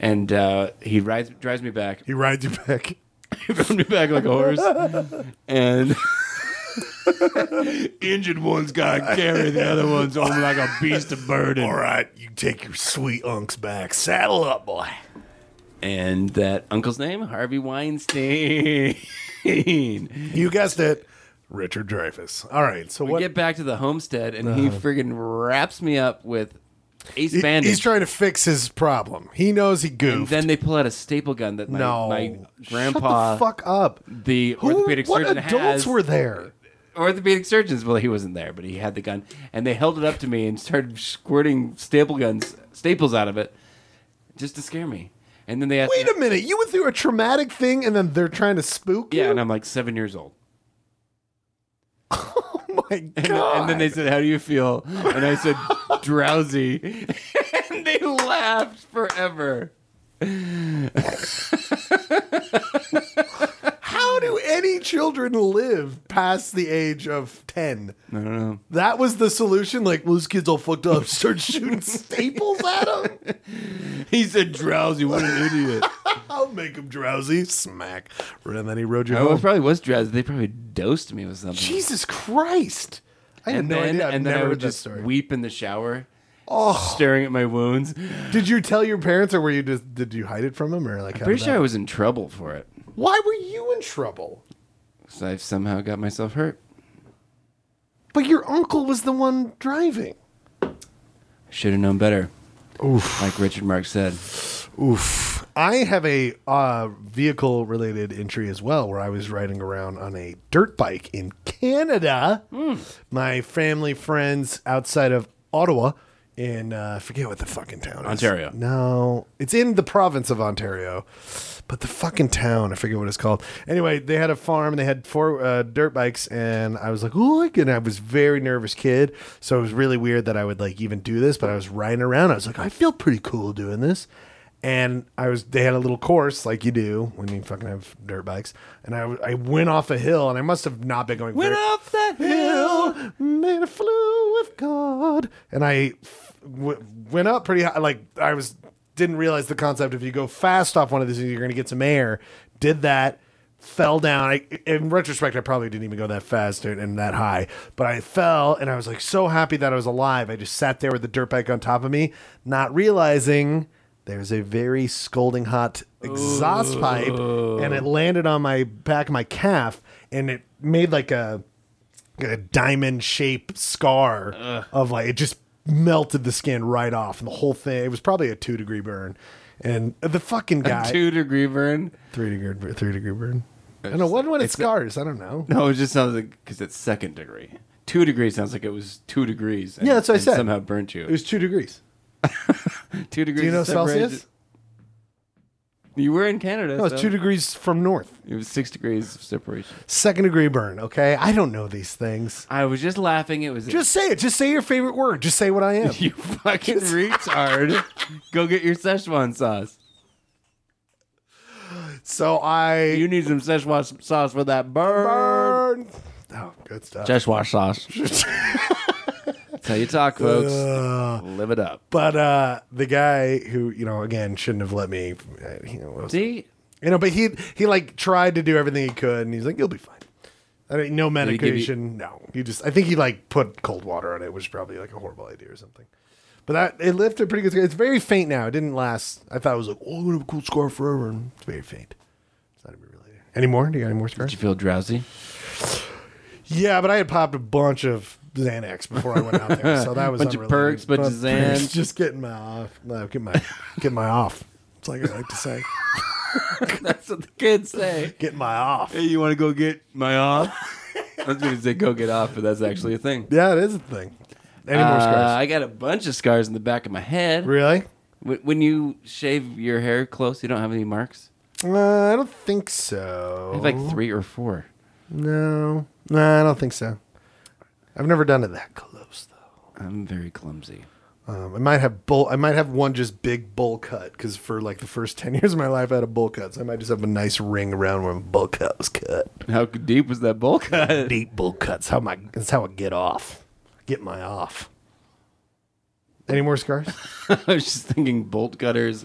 [SPEAKER 2] And uh, he rides, drives me back.
[SPEAKER 1] he rides you back.
[SPEAKER 2] He rode me back like a horse, and. Injured one's got to carry the other one's on like a beast of burden.
[SPEAKER 1] All right, you take your sweet unks back. Saddle up, boy.
[SPEAKER 2] And that uncle's name, Harvey Weinstein. we
[SPEAKER 1] You guessed it. Richard Dreyfus. All right, so what? Uh-huh.
[SPEAKER 2] get back to the homestead, and he friggin' wraps me up with ace
[SPEAKER 1] he-
[SPEAKER 2] bandage.
[SPEAKER 1] he's trying to fix his problem. He knows he goofed.
[SPEAKER 2] And then they pull out a staple gun that my,
[SPEAKER 1] no,
[SPEAKER 2] my
[SPEAKER 1] Shut
[SPEAKER 2] grandpa,
[SPEAKER 1] the fuck up.
[SPEAKER 2] the orthopedic
[SPEAKER 1] what
[SPEAKER 2] surgeon,
[SPEAKER 1] adults
[SPEAKER 2] has.
[SPEAKER 1] were there?
[SPEAKER 2] Orthopedic surgeons. Well, he wasn't there, but he had the gun, and they held it up to me and started squirting staple guns, staples out of it, just to scare me. And then they asked,
[SPEAKER 1] Wait
[SPEAKER 2] me,
[SPEAKER 1] a minute. You went through a traumatic thing, and then they're trying to spook
[SPEAKER 2] "Yeah,"
[SPEAKER 1] you.
[SPEAKER 2] and I'm like seven years old.
[SPEAKER 1] oh my god.
[SPEAKER 2] And, and then they said, "How do you feel?" And I said, "Drowsy," and they laughed forever.
[SPEAKER 1] How do any children live past the age of 10?
[SPEAKER 2] I don't know.
[SPEAKER 1] That was the solution. Like, well, this kid's all fucked up. Start shooting staples at him.
[SPEAKER 2] He said, "Drowsy," what an idiot.
[SPEAKER 1] I'll make him drowsy. Smack. And then he rode you
[SPEAKER 2] I
[SPEAKER 1] home.
[SPEAKER 2] probably was drowsy. They probably dosed me with something.
[SPEAKER 1] Oh. Jesus Christ. I had
[SPEAKER 2] and
[SPEAKER 1] no
[SPEAKER 2] then,
[SPEAKER 1] idea. I've
[SPEAKER 2] and then
[SPEAKER 1] never
[SPEAKER 2] I would
[SPEAKER 1] heard
[SPEAKER 2] just
[SPEAKER 1] that story.
[SPEAKER 2] weep in the shower,
[SPEAKER 1] oh,
[SPEAKER 2] staring at my wounds.
[SPEAKER 1] did you tell your parents, or were you just? Did you hide it from them, or like? how
[SPEAKER 2] Pretty
[SPEAKER 1] did
[SPEAKER 2] sure I
[SPEAKER 1] that-
[SPEAKER 2] was in trouble for it.
[SPEAKER 1] Why were you in trouble?
[SPEAKER 2] So I somehow got myself hurt.
[SPEAKER 1] But your uncle was the one driving.
[SPEAKER 2] Should have known better. Oof. Like Richard Mark said.
[SPEAKER 1] Oof. I have a uh, vehicle related entry as well where I was riding around on a dirt bike in Canada. My family, friends outside of Ottawa in, uh, I forget what the fucking town is.
[SPEAKER 2] Ontario.
[SPEAKER 1] No, it's in the province of Ontario, but the fucking town, I forget what it's called. Anyway, they had a farm and they had four uh, dirt bikes, and I was like, oh, and I was very nervous kid, so it was really weird that I would like even do this, but I was riding around. I was like, I feel pretty cool doing this. And I was, they had a little course like you do when you fucking have dirt bikes. And I, w- I went off a hill and I must have not been going very-
[SPEAKER 2] off that
[SPEAKER 1] hill, made a flew with God. And I f- w- went up pretty high. Like I was didn't realize the concept. If you go fast off one of these, you're going to get some air. Did that. Fell down. I, in retrospect, I probably didn't even go that fast and- and that high, but I fell and I was like so happy that I was alive. I just sat there with the dirt bike on top of me, not realizing there's a very scolding hot exhaust pipe and it landed on my back of my calf and it made like a a diamond shaped scar of like it just melted the skin right off and the whole thing it was probably a two degree burn and the fucking guy
[SPEAKER 2] Two degree burn.
[SPEAKER 1] three degree bur- three degree burn I don't know what when it scars I don't know
[SPEAKER 2] No, it just sounds like because it's second degree. Two degrees sounds like it was two degrees. and-
[SPEAKER 1] Yeah, that's what I
[SPEAKER 2] and
[SPEAKER 1] said.
[SPEAKER 2] Somehow burnt you.
[SPEAKER 1] it was two degrees
[SPEAKER 2] two degrees.
[SPEAKER 1] do you know
[SPEAKER 2] of separation.
[SPEAKER 1] Celsius
[SPEAKER 2] You were in Canada.
[SPEAKER 1] No, it's
[SPEAKER 2] so
[SPEAKER 1] two degrees from north.
[SPEAKER 2] it was six degrees of separation.
[SPEAKER 1] Second degree burn, okay? I don't know these things.
[SPEAKER 2] I was just laughing. It was
[SPEAKER 1] Just say it. Just say your favorite word. Just say what I am.
[SPEAKER 2] you fucking retard. Go get your Szechuan sauce.
[SPEAKER 1] So I
[SPEAKER 2] You need some Szechuan sauce for that bird.
[SPEAKER 1] burn. Oh, good stuff.
[SPEAKER 2] Szechuan sauce. That's how you talk, folks. Live it up.
[SPEAKER 1] But uh, the guy who, you know, again, shouldn't have let me, uh, you know, was-
[SPEAKER 2] See?
[SPEAKER 1] you know, but he he like tried to do everything he could, and he's like, "You'll be fine." I mean, no
[SPEAKER 2] he give you-
[SPEAKER 1] medication. no, he just. I think he like put cold water on it, which is probably like a horrible idea or something. But that it left a pretty good. It's very faint now. It didn't last. I thought it was like, "Oh, I'm gonna have a cool scar forever," and it's very faint. It's not even related. Any more? Do you got any more
[SPEAKER 2] Did
[SPEAKER 1] scars?
[SPEAKER 2] you feel drowsy?
[SPEAKER 1] Yeah, but I had popped a bunch of Xanax before I went out there, so that was
[SPEAKER 2] Bunch of
[SPEAKER 1] unrelated.
[SPEAKER 2] perks, bunch of Xans.
[SPEAKER 1] perks, Just getting my off. No, get my get my off. It's like I like to say,
[SPEAKER 2] That's what the kids say.
[SPEAKER 1] get my off.
[SPEAKER 2] Hey, you want to go get my off? I was going to say go get off, but that's actually a thing.
[SPEAKER 1] Yeah, it is a thing. Any more
[SPEAKER 2] Uh,
[SPEAKER 1] scars?
[SPEAKER 2] I got a bunch of scars in the back of my head.
[SPEAKER 1] Really?
[SPEAKER 2] Wh- When you shave your hair close, you don't have any marks.
[SPEAKER 1] Uh, I don't think so.
[SPEAKER 2] I have like three or four.
[SPEAKER 1] No, no, I don't think so. I've never done it that close though.
[SPEAKER 2] I'm very clumsy.
[SPEAKER 1] Um, I might have bull. I might have one just big bowl cut because for like the first ten years of my life, I had a bowl cut. So I might just have a nice ring around where my bowl cut was cut.
[SPEAKER 2] How deep was that bowl cut?
[SPEAKER 1] deep bull cuts. How my that's how I get off. Get my off. Any more scars?
[SPEAKER 2] I was just thinking bolt cutters,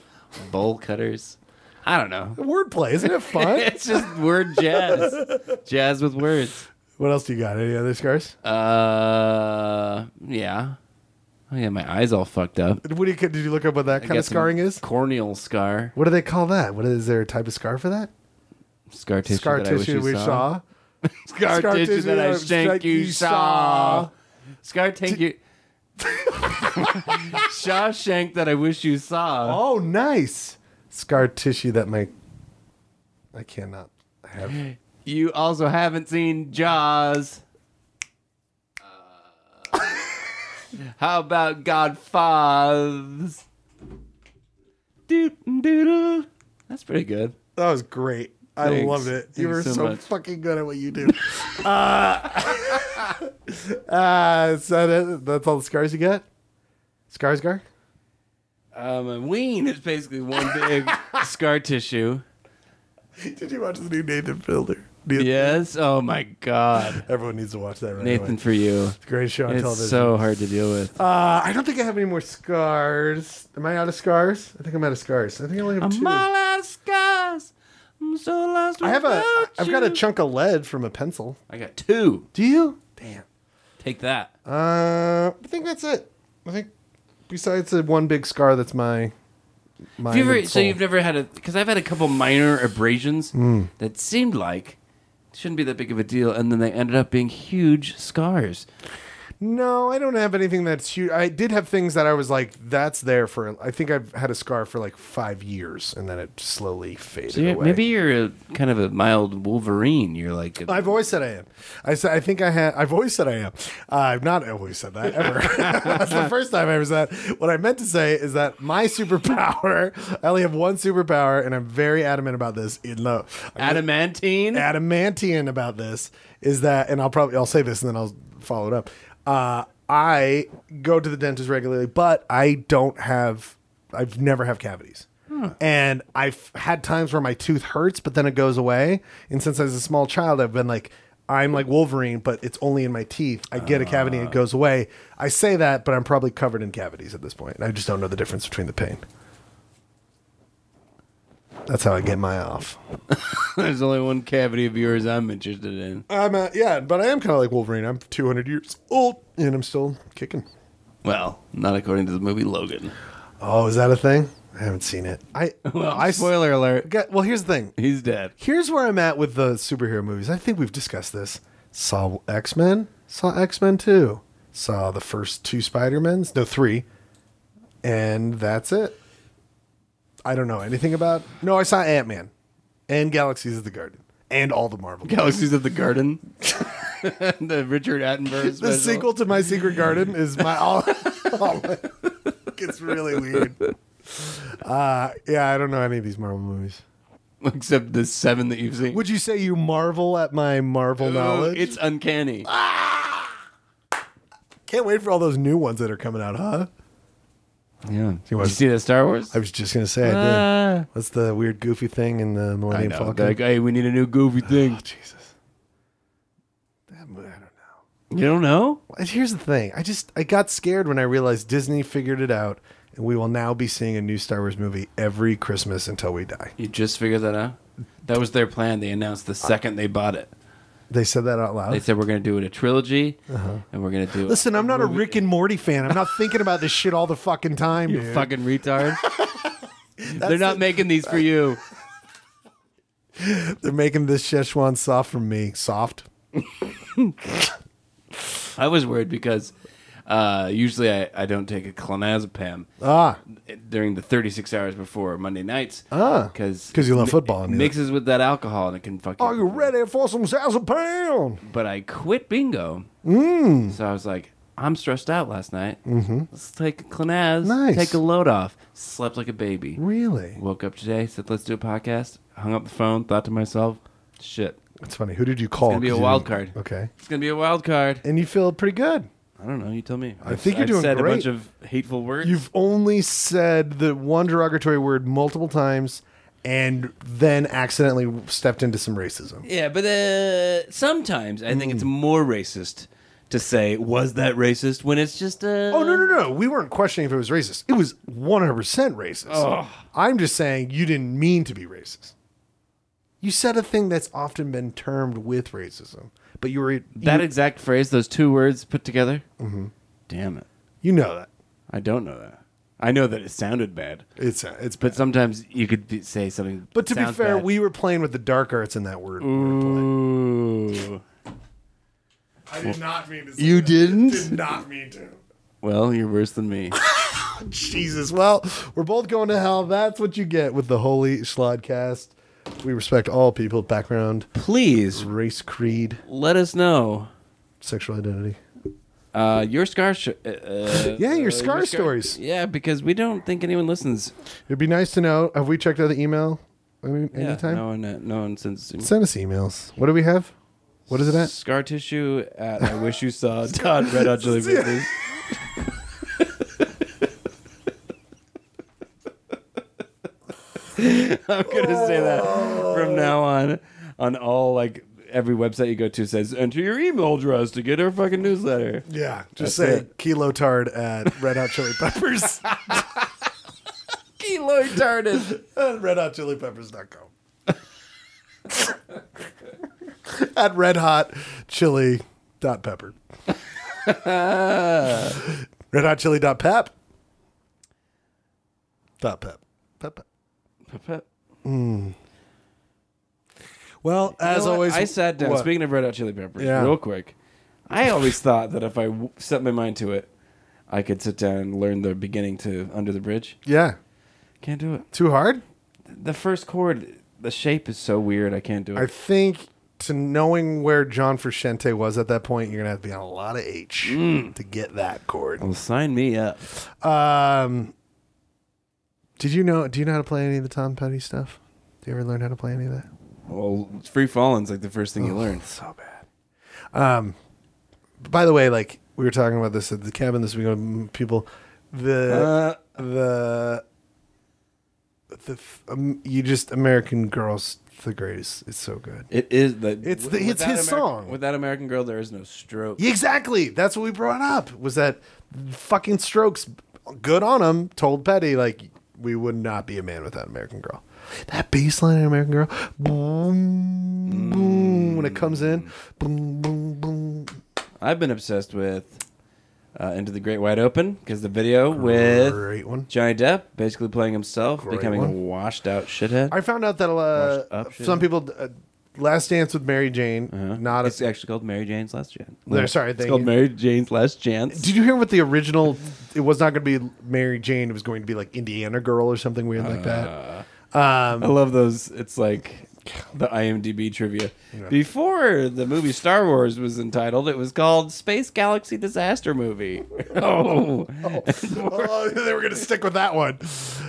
[SPEAKER 2] bowl cutters. I don't know.
[SPEAKER 1] Wordplay, isn't it fun?
[SPEAKER 2] It's just word jazz, jazz with words.
[SPEAKER 1] what else do you got? Any other scars?
[SPEAKER 2] Uh, yeah. Oh yeah, my eyes all fucked up.
[SPEAKER 1] what do you did you look up what that
[SPEAKER 2] I
[SPEAKER 1] kind
[SPEAKER 2] got
[SPEAKER 1] of
[SPEAKER 2] some
[SPEAKER 1] scarring is?
[SPEAKER 2] corneal scar,
[SPEAKER 1] What do they call that? What is there a type of scar for that?
[SPEAKER 2] scar tissue.
[SPEAKER 1] scar
[SPEAKER 2] that I wish
[SPEAKER 1] tissue
[SPEAKER 2] you
[SPEAKER 1] we saw.
[SPEAKER 2] Scar,
[SPEAKER 1] Scar
[SPEAKER 2] tissue,
[SPEAKER 1] tissue
[SPEAKER 2] that I
[SPEAKER 1] that I
[SPEAKER 2] shank
[SPEAKER 1] shank
[SPEAKER 2] you
[SPEAKER 1] you
[SPEAKER 2] saw.
[SPEAKER 1] saw.
[SPEAKER 2] Scar take you. Shawshank that I wish you saw.
[SPEAKER 1] Oh, nice scar tissue that my I cannot have.
[SPEAKER 2] You also haven't seen Jaws. Uh. How about Godfathers? Doot doodle. That's pretty good.
[SPEAKER 1] That was great. I
[SPEAKER 2] Thanks.
[SPEAKER 1] loved it. you
[SPEAKER 2] Thanks
[SPEAKER 1] were
[SPEAKER 2] so
[SPEAKER 1] so,
[SPEAKER 2] much.
[SPEAKER 1] fucking good at what you do. uh, uh, so that, that's all the scars you got? Scars, Gar?
[SPEAKER 2] Um, and ween is basically one big scar tissue.
[SPEAKER 1] Did you watch the new Nathan Fielder? Do you-
[SPEAKER 2] Yes. Oh my God,
[SPEAKER 1] Everyone needs to watch that right
[SPEAKER 2] Nathan,
[SPEAKER 1] away.
[SPEAKER 2] for you.
[SPEAKER 1] Great show on
[SPEAKER 2] It's
[SPEAKER 1] television.
[SPEAKER 2] so hard to deal with.
[SPEAKER 1] uh, I don't think I have any more scars. Am I out of scars? I think I'm out of scars. I think I only have two.
[SPEAKER 2] I'm all out of scars. I'm so lost.
[SPEAKER 1] I have a.
[SPEAKER 2] without
[SPEAKER 1] I've got a
[SPEAKER 2] you.
[SPEAKER 1] chunk of lead from a pencil.
[SPEAKER 2] I got two.
[SPEAKER 1] Do you? Damn.
[SPEAKER 2] Take that.
[SPEAKER 1] Uh, I think that's it. I think besides the one big scar that's my. my
[SPEAKER 2] Have you ever- so you've never had a because I've had a couple minor abrasions
[SPEAKER 1] Hmm.
[SPEAKER 2] that seemed like shouldn't be that big of a deal, and then they ended up being huge scars.
[SPEAKER 1] No, I don't have anything that's huge. I did have things that I was like, that's there for. I think I've had a scar for like five years, and then it slowly faded
[SPEAKER 2] So you're,
[SPEAKER 1] away.
[SPEAKER 2] maybe you're a, kind of a mild Wolverine. You're like a-
[SPEAKER 1] I've always said I am. I said I think I had. I've always said I am. Uh, I've not always said that ever. That's the first time I ever said. that. What I meant to say is that my superpower. I only have one superpower, and I'm very adamant about this. In the I'm
[SPEAKER 2] adamantine.
[SPEAKER 1] adamantian about this is that, and I'll probably I'll say this and then I'll follow it up. Uh, I go to the dentist regularly, but I don't have. I've never have cavities. And I've had times where my tooth hurts, but then it goes away. And since I was a small child, I've been like, I'm like Wolverine, but it's only in my teeth. I get a cavity and it goes away. I say that, but I'm probably covered in cavities at this point. And I just don't know the difference between the pain. That's how I get my off.
[SPEAKER 2] There's only one cavity of yours I'm interested in.
[SPEAKER 1] I'm uh, yeah, but I am kind of like Wolverine. I'm 200 years old and I'm still kicking.
[SPEAKER 2] Well, not according to the movie Logan.
[SPEAKER 1] Oh, is that a thing? I haven't seen it. I
[SPEAKER 2] Well,
[SPEAKER 1] I s-
[SPEAKER 2] spoiler alert.
[SPEAKER 1] got, well, here's the thing.
[SPEAKER 2] He's dead.
[SPEAKER 1] Here's where I'm at with the superhero movies. I think we've discussed this. Saw X Men. Saw X Men Two. Saw the first two Spider Mens. No, three. And that's it. I don't know anything about. No, I saw Ant Man, and Galaxies of the Garden, and all the Marvel.
[SPEAKER 2] Galaxies of the Garden. the Richard Attenborough.
[SPEAKER 1] the
[SPEAKER 2] special.
[SPEAKER 1] sequel to My Secret Garden is my all. all- gets really weird. Uh, yeah, I don't know any of these Marvel movies.
[SPEAKER 2] except the seven that you've seen.
[SPEAKER 1] Would you say you marvel at my Marvel
[SPEAKER 2] Oh,
[SPEAKER 1] knowledge? Ah.
[SPEAKER 2] it's uncanny.
[SPEAKER 1] Can't wait for all those new ones that are coming out, huh?
[SPEAKER 2] Yeah. Did you
[SPEAKER 1] was-
[SPEAKER 2] see that Star Wars?
[SPEAKER 1] I was just gonna say I did.
[SPEAKER 2] Ah.
[SPEAKER 1] What's the weird goofy thing in the
[SPEAKER 2] I
[SPEAKER 1] Millennium
[SPEAKER 2] know.
[SPEAKER 1] Falcon?
[SPEAKER 2] Like, hey, we need a new goofy thing.
[SPEAKER 1] oh Jesus, that movie, I don't know.
[SPEAKER 2] You don't know?
[SPEAKER 1] Well, Here's the thing. I just I got scared when I realized Disney figured it out, and we will now be seeing a new Star Wars movie every Christmas until we die.
[SPEAKER 2] You just figured that out? That was their plan. They announced the second they bought it.
[SPEAKER 1] They said that out loud.
[SPEAKER 2] They said we're going to do it a trilogy, and we're going to do. it-
[SPEAKER 1] Uh-huh. Listen, I'm not a Rick and Morty fan. I'm not thinking about this shit all the fucking time,
[SPEAKER 2] you
[SPEAKER 1] dude.
[SPEAKER 2] fucking retard. They're not making these for you.
[SPEAKER 1] They're making this Szechuan soft for me. Soft.
[SPEAKER 2] I was worried because uh, usually I, I don't take a clonazepam
[SPEAKER 1] Ah,
[SPEAKER 2] during the 36 hours before Monday nights.
[SPEAKER 1] Ah.
[SPEAKER 2] because
[SPEAKER 1] 'Cause you love football and you-
[SPEAKER 2] mixes with that alcohol and it can fucking.
[SPEAKER 1] are you Oh, ready for some thousand pound?
[SPEAKER 2] But I quit bingo, mm. so I was like, I'm stressed out last night. Mm-hmm. Let's take a clonaz,
[SPEAKER 1] Nice.
[SPEAKER 2] take a load off. Slept like a baby.
[SPEAKER 1] Really?
[SPEAKER 2] Woke up today, said let's do a podcast. Hung up the phone, thought to myself, shit,
[SPEAKER 1] That's funny. Who did you call?
[SPEAKER 2] gonna be a
[SPEAKER 1] 'Cause you
[SPEAKER 2] wild
[SPEAKER 1] didn't-
[SPEAKER 2] card.
[SPEAKER 1] Okay.
[SPEAKER 2] it's gonna be a wild card.
[SPEAKER 1] And you feel pretty good.
[SPEAKER 2] I don't know. You tell me. I
[SPEAKER 1] think you're doing
[SPEAKER 2] said
[SPEAKER 1] great.
[SPEAKER 2] a bunch of hateful words.
[SPEAKER 1] You've only said the one derogatory word multiple times, and then accidentally stepped into some racism.
[SPEAKER 2] yeah, but uh, sometimes I think it's
[SPEAKER 1] Mm.
[SPEAKER 2] more racist to say was that racist when it's just uh, a.
[SPEAKER 1] Oh no no no! We weren't questioning if it was racist. It was 100 percent racist. I'm just saying you didn't mean to be racist. You said a thing that's often been termed with racism, but you were you,
[SPEAKER 2] That exact phrase, those two words put together. Mm-hmm. Damn it!
[SPEAKER 1] you know that
[SPEAKER 2] I don't know that. I know that it sounded bad,
[SPEAKER 1] it's it's
[SPEAKER 2] but sometimes you could be, say something.
[SPEAKER 1] But to be
[SPEAKER 2] sounds
[SPEAKER 1] fair,
[SPEAKER 2] bad.
[SPEAKER 1] we were playing with the dark arts in that word.
[SPEAKER 2] Ooh.
[SPEAKER 1] I did not mean to. Say
[SPEAKER 2] You
[SPEAKER 1] that.
[SPEAKER 2] didn't?
[SPEAKER 1] not mean to.
[SPEAKER 2] Well, you're worse than me.
[SPEAKER 1] Jesus. Well, we're both going to hell. That's what you get with the Holy Schlodcast. We respect all people, background,
[SPEAKER 2] Please
[SPEAKER 1] race, creed,
[SPEAKER 2] let us know
[SPEAKER 1] sexual identity.
[SPEAKER 2] uh, your scar. Sh- uh, uh,
[SPEAKER 1] Yeah, your
[SPEAKER 2] uh,
[SPEAKER 1] scar stories.
[SPEAKER 2] Yeah, because we don't think anyone listens.
[SPEAKER 1] It'd be nice to know. Have we checked out the email any,
[SPEAKER 2] Yeah,
[SPEAKER 1] anytime?
[SPEAKER 2] no one, uh, no one since.
[SPEAKER 1] Send us emails. What do we have? What is it at?
[SPEAKER 2] Scar tissue at I wish you saw Todd Red Hot Chili Peppers. I'm gonna say that from now on on all like every website you go to says enter your email address to get our fucking newsletter.
[SPEAKER 1] Yeah, just
[SPEAKER 2] That's
[SPEAKER 1] say
[SPEAKER 2] it.
[SPEAKER 1] kilo tard at red hot chili peppers.
[SPEAKER 2] Kilo retarded.
[SPEAKER 1] red hot chili peppers.com. at red hot chili dot pepper. red hot chili dot pep. Dot pep. Pep. pep. Well, as always,
[SPEAKER 2] I sat down.
[SPEAKER 1] what?
[SPEAKER 2] Speaking of Red Hot Chili Peppers,
[SPEAKER 1] Yeah.
[SPEAKER 2] real quick, I always thought that if I w- set my mind to it, I could sit down and learn the beginning to Under the Bridge.
[SPEAKER 1] yeah,
[SPEAKER 2] Can't do it.
[SPEAKER 1] too hard.
[SPEAKER 2] The first chord, the shape is so weird. I can't do it.
[SPEAKER 1] I think to knowing where John Frusciante was at that point, you're gonna have to be on a lot of H to get that chord.
[SPEAKER 2] well, sign me up.
[SPEAKER 1] Um, did you know? Do you know how to play any of the Tom Petty stuff? Do you ever learn how to play any of that?
[SPEAKER 2] Well, free falling's like the first thing you learn.
[SPEAKER 1] So bad. Um, by the way, like we were talking about this at the cabin this week, um, people, the
[SPEAKER 2] Uh,
[SPEAKER 1] the the f- um, you just American girls the greatest. It's so good.
[SPEAKER 2] it is the
[SPEAKER 1] It's the-
[SPEAKER 2] without
[SPEAKER 1] it's his
[SPEAKER 2] American-
[SPEAKER 1] song.
[SPEAKER 2] Without American Girl, there is no stroke.
[SPEAKER 1] Yeah, exactly. That's what we brought up. Was that fucking Strokes? Good on him. Told Petty like we would not be a man without American Girl. That bass line in American Girl, boom, boom, when it comes in, boom, boom, boom.
[SPEAKER 2] I've been obsessed with uh, Into the Great Wide Open because the video with
[SPEAKER 1] Great one.
[SPEAKER 2] Johnny Depp basically playing himself,
[SPEAKER 1] Great
[SPEAKER 2] becoming a
[SPEAKER 1] one.
[SPEAKER 2] washed out shithead.
[SPEAKER 1] I found out that
[SPEAKER 2] Washed
[SPEAKER 1] uh,
[SPEAKER 2] up shit. Uh-huh.
[SPEAKER 1] some people, uh, Last Dance with Mary Jane, not
[SPEAKER 2] it's
[SPEAKER 1] a.
[SPEAKER 2] actually called Mary Jane's Last Chance.
[SPEAKER 1] No, sorry,
[SPEAKER 2] it's
[SPEAKER 1] thank
[SPEAKER 2] called
[SPEAKER 1] you.
[SPEAKER 2] Mary Jane's Last Chance.
[SPEAKER 1] Did you hear what the original? It was not going to be Mary Jane. It was going to be like Indiana Girl or something weird like
[SPEAKER 2] Uh,
[SPEAKER 1] that. Um,
[SPEAKER 2] I love those. It's like the IMDb trivia. Before the movie Star Wars was entitled, it was called Space Galaxy Disaster Movie. oh,
[SPEAKER 1] oh, they were going to stick with that one.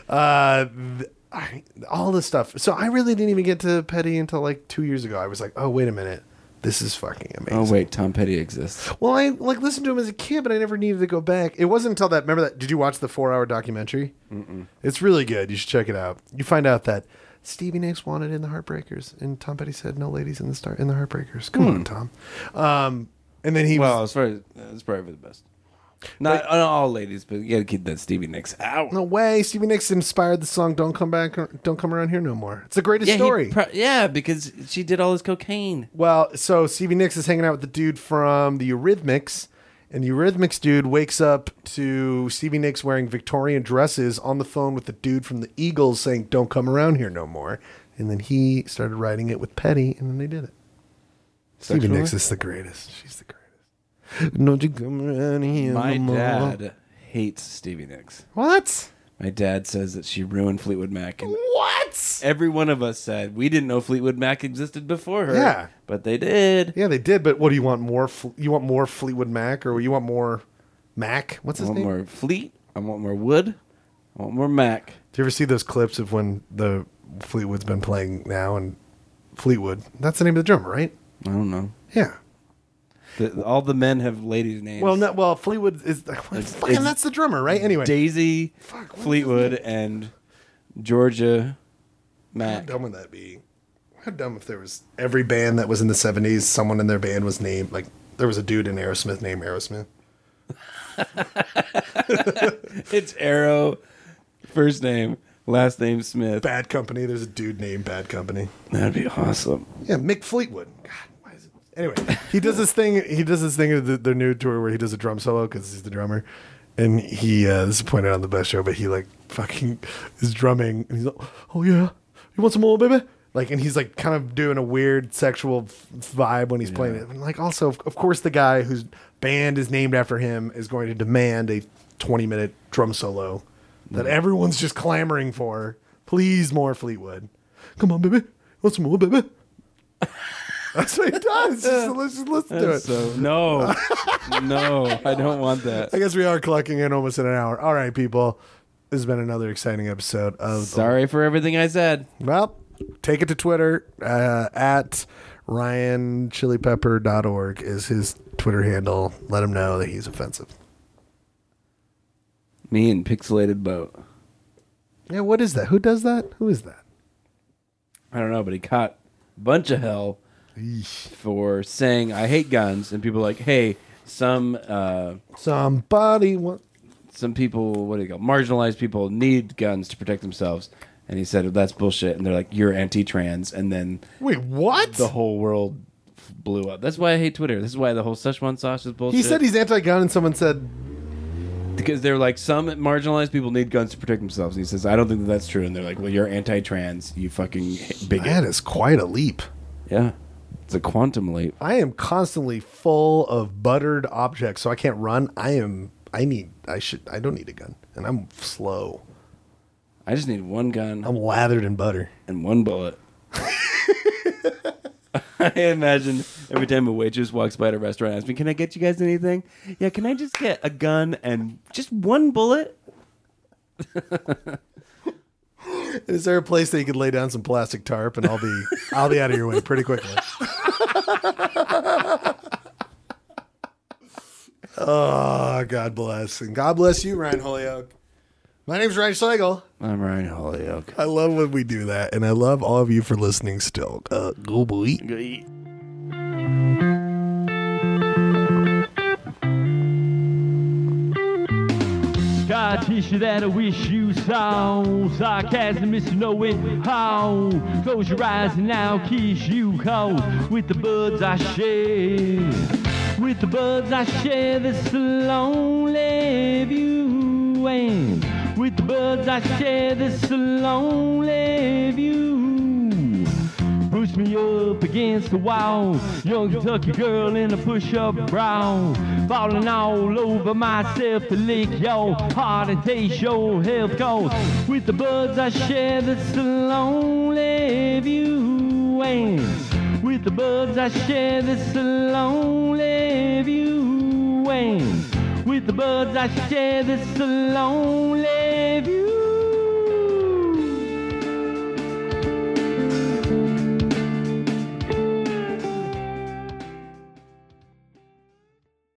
[SPEAKER 1] Uh, th- I, all this stuff. So I really didn't even get to Petty until like two years ago. I was like, oh wait a minute, this is fucking amazing.
[SPEAKER 2] Oh wait, Tom Petty exists.
[SPEAKER 1] Well, I like listened to him as a kid, but I never needed to go back. It wasn't until that. Remember that? Did you watch the four-hour documentary? Mm-mm. It's really good. You should check it out. You find out that Stevie Nicks wanted in the Heartbreakers, and Tom Petty said, "No ladies in the star in the Heartbreakers." Come on, Tom. Um, and then he
[SPEAKER 2] Hmm. Well,
[SPEAKER 1] was
[SPEAKER 2] as far as uh, it's probably for the best. Not not all ladies, but you got to keep that Stevie Nicks out.
[SPEAKER 1] no way. Stevie Nicks inspired the song "Don't Come Back, Don't Come Around Here No More." It's the greatest
[SPEAKER 2] yeah, he
[SPEAKER 1] story.
[SPEAKER 2] pro- yeah, because she did all his cocaine.
[SPEAKER 1] Well, so Stevie Nicks is hanging out with the dude from the Eurythmics, and the Eurythmics dude wakes up to Stevie Nicks wearing Victorian dresses on the phone with the dude from the Eagles saying, Don't come around here no more. And then he started writing it with Petty, and then they did it. Stevie
[SPEAKER 2] Sexually?
[SPEAKER 1] Nicks is the greatest. She's the greatest. Don't you come around here
[SPEAKER 2] My
[SPEAKER 1] no more.
[SPEAKER 2] dad hates Stevie Nicks.
[SPEAKER 1] What?
[SPEAKER 2] My dad says that she ruined Fleetwood Mac, and
[SPEAKER 1] What?
[SPEAKER 2] every one of us said we didn't know Fleetwood Mac existed before her.
[SPEAKER 1] Yeah.
[SPEAKER 2] but they did.
[SPEAKER 1] Yeah, they did, but what do you want more? Fle- You want more Fleetwood Mac, or you want more Mac? What's
[SPEAKER 2] I
[SPEAKER 1] his
[SPEAKER 2] want
[SPEAKER 1] name?
[SPEAKER 2] more Fleet. I want more Wood. I want more Mac.
[SPEAKER 1] Do you ever see those clips of when the Fleetwood's been playing now and Fleetwood? That's the name of the drummer, right?
[SPEAKER 2] I don't know.
[SPEAKER 1] Yeah.
[SPEAKER 2] The, all the men have ladies' names.
[SPEAKER 1] Well, no, well, Fleetwood is fucking
[SPEAKER 2] it's-
[SPEAKER 1] that's the drummer, right? Anyway,
[SPEAKER 2] Daisy
[SPEAKER 1] Fuck, what
[SPEAKER 2] Fleetwood and Georgia
[SPEAKER 1] how
[SPEAKER 2] Mac.
[SPEAKER 1] dumb would that be? How dumb if there was every band that was in the '70s, someone in their band was named like there was a dude in Aerosmith named Aerosmith.
[SPEAKER 2] It's Arrow, first name, last name Smith.
[SPEAKER 1] Bad Company, there's a dude named Bad Company.
[SPEAKER 2] That'd be awesome.
[SPEAKER 1] Yeah, Mick Fleetwood. God, why is it? Anyway, he does this thing. He does this thing of the, their new tour where he does a drum solo because he's the drummer, and he uh, this is pointed out on the best show. But he like fucking is drumming, and he's like, "Oh yeah, you want some more, baby?" Like, and he's like kind of doing a weird sexual f- vibe when he's playing it. And like, also of of course, the guy whose band is named after him is going to demand a twenty-minute drum solo that everyone's just clamoring for. Please, more Fleetwood. Come on, baby. Want some more, baby? That's what he does. Just, let's just listen to it.
[SPEAKER 2] So no, no, I don't want that.
[SPEAKER 1] I guess we are clocking in almost in an hour. All right, people. This has been another exciting episode of.
[SPEAKER 2] Sorry for everything I said.
[SPEAKER 1] Well, take it to Twitter uh, at ryanchilipepper.org is his Twitter handle. Let him know that he's offensive.
[SPEAKER 2] Me and pixelated boat.
[SPEAKER 1] Yeah, what is that? Who does that? Who is that?
[SPEAKER 2] I don't know, but he caught a bunch of hell for saying I hate guns, and people are like, hey, some uh,
[SPEAKER 1] Somebody. Wa-
[SPEAKER 2] some people, what do you call marginalized people need guns to protect themselves. And he said that's bullshit, and they're like, you're anti-trans, and then
[SPEAKER 1] Wait, what?
[SPEAKER 2] the whole world f- blew up. That's why I hate Twitter. This is why the whole Szechuan sauce is bullshit.
[SPEAKER 1] he said he's anti gun, and someone said,
[SPEAKER 2] because they're like some marginalized people need guns to protect themselves. And he says, I don't think that that's true. And they're like, Well, you're anti-trans, you fucking bigot.
[SPEAKER 1] that is quite a leap.
[SPEAKER 2] Yeah, it's a quantum leap.
[SPEAKER 1] I am constantly full of buttered objects, so I can't run. I am. I need. I should. I don't need a gun, and I'm slow.
[SPEAKER 2] I just need one gun.
[SPEAKER 1] I'm lathered in butter.
[SPEAKER 2] and one bullet. I imagine every time a waitress walks by at a restaurant and asks me, Can I get you guys anything? Yeah, can I just get a gun and just one bullet?
[SPEAKER 1] Is there a place that you could lay down some plastic tarp, and I'll be I'll be out of your way pretty quickly. oh, God bless, and God bless you, Ryan Holyoke. My name's Ryan Seigel.
[SPEAKER 2] I'm Ryan Holyoke.
[SPEAKER 1] I love when we do that, and I love all of you for listening. Still, uh, go boy.
[SPEAKER 5] God teach you that I wish you saw sarcasm is knowing how. Close your eyes and now kiss you cold with the buds I share. With the buds I share this lonely view. And with the buds I share this lonely view. Push me up against the wall. Young Kentucky girl in a push up brow. Falling all over myself to lick your heart and taste your health cause With the buds I share this lonely view. And with the buds I share this lonely view. And with the buds I share this lonely view.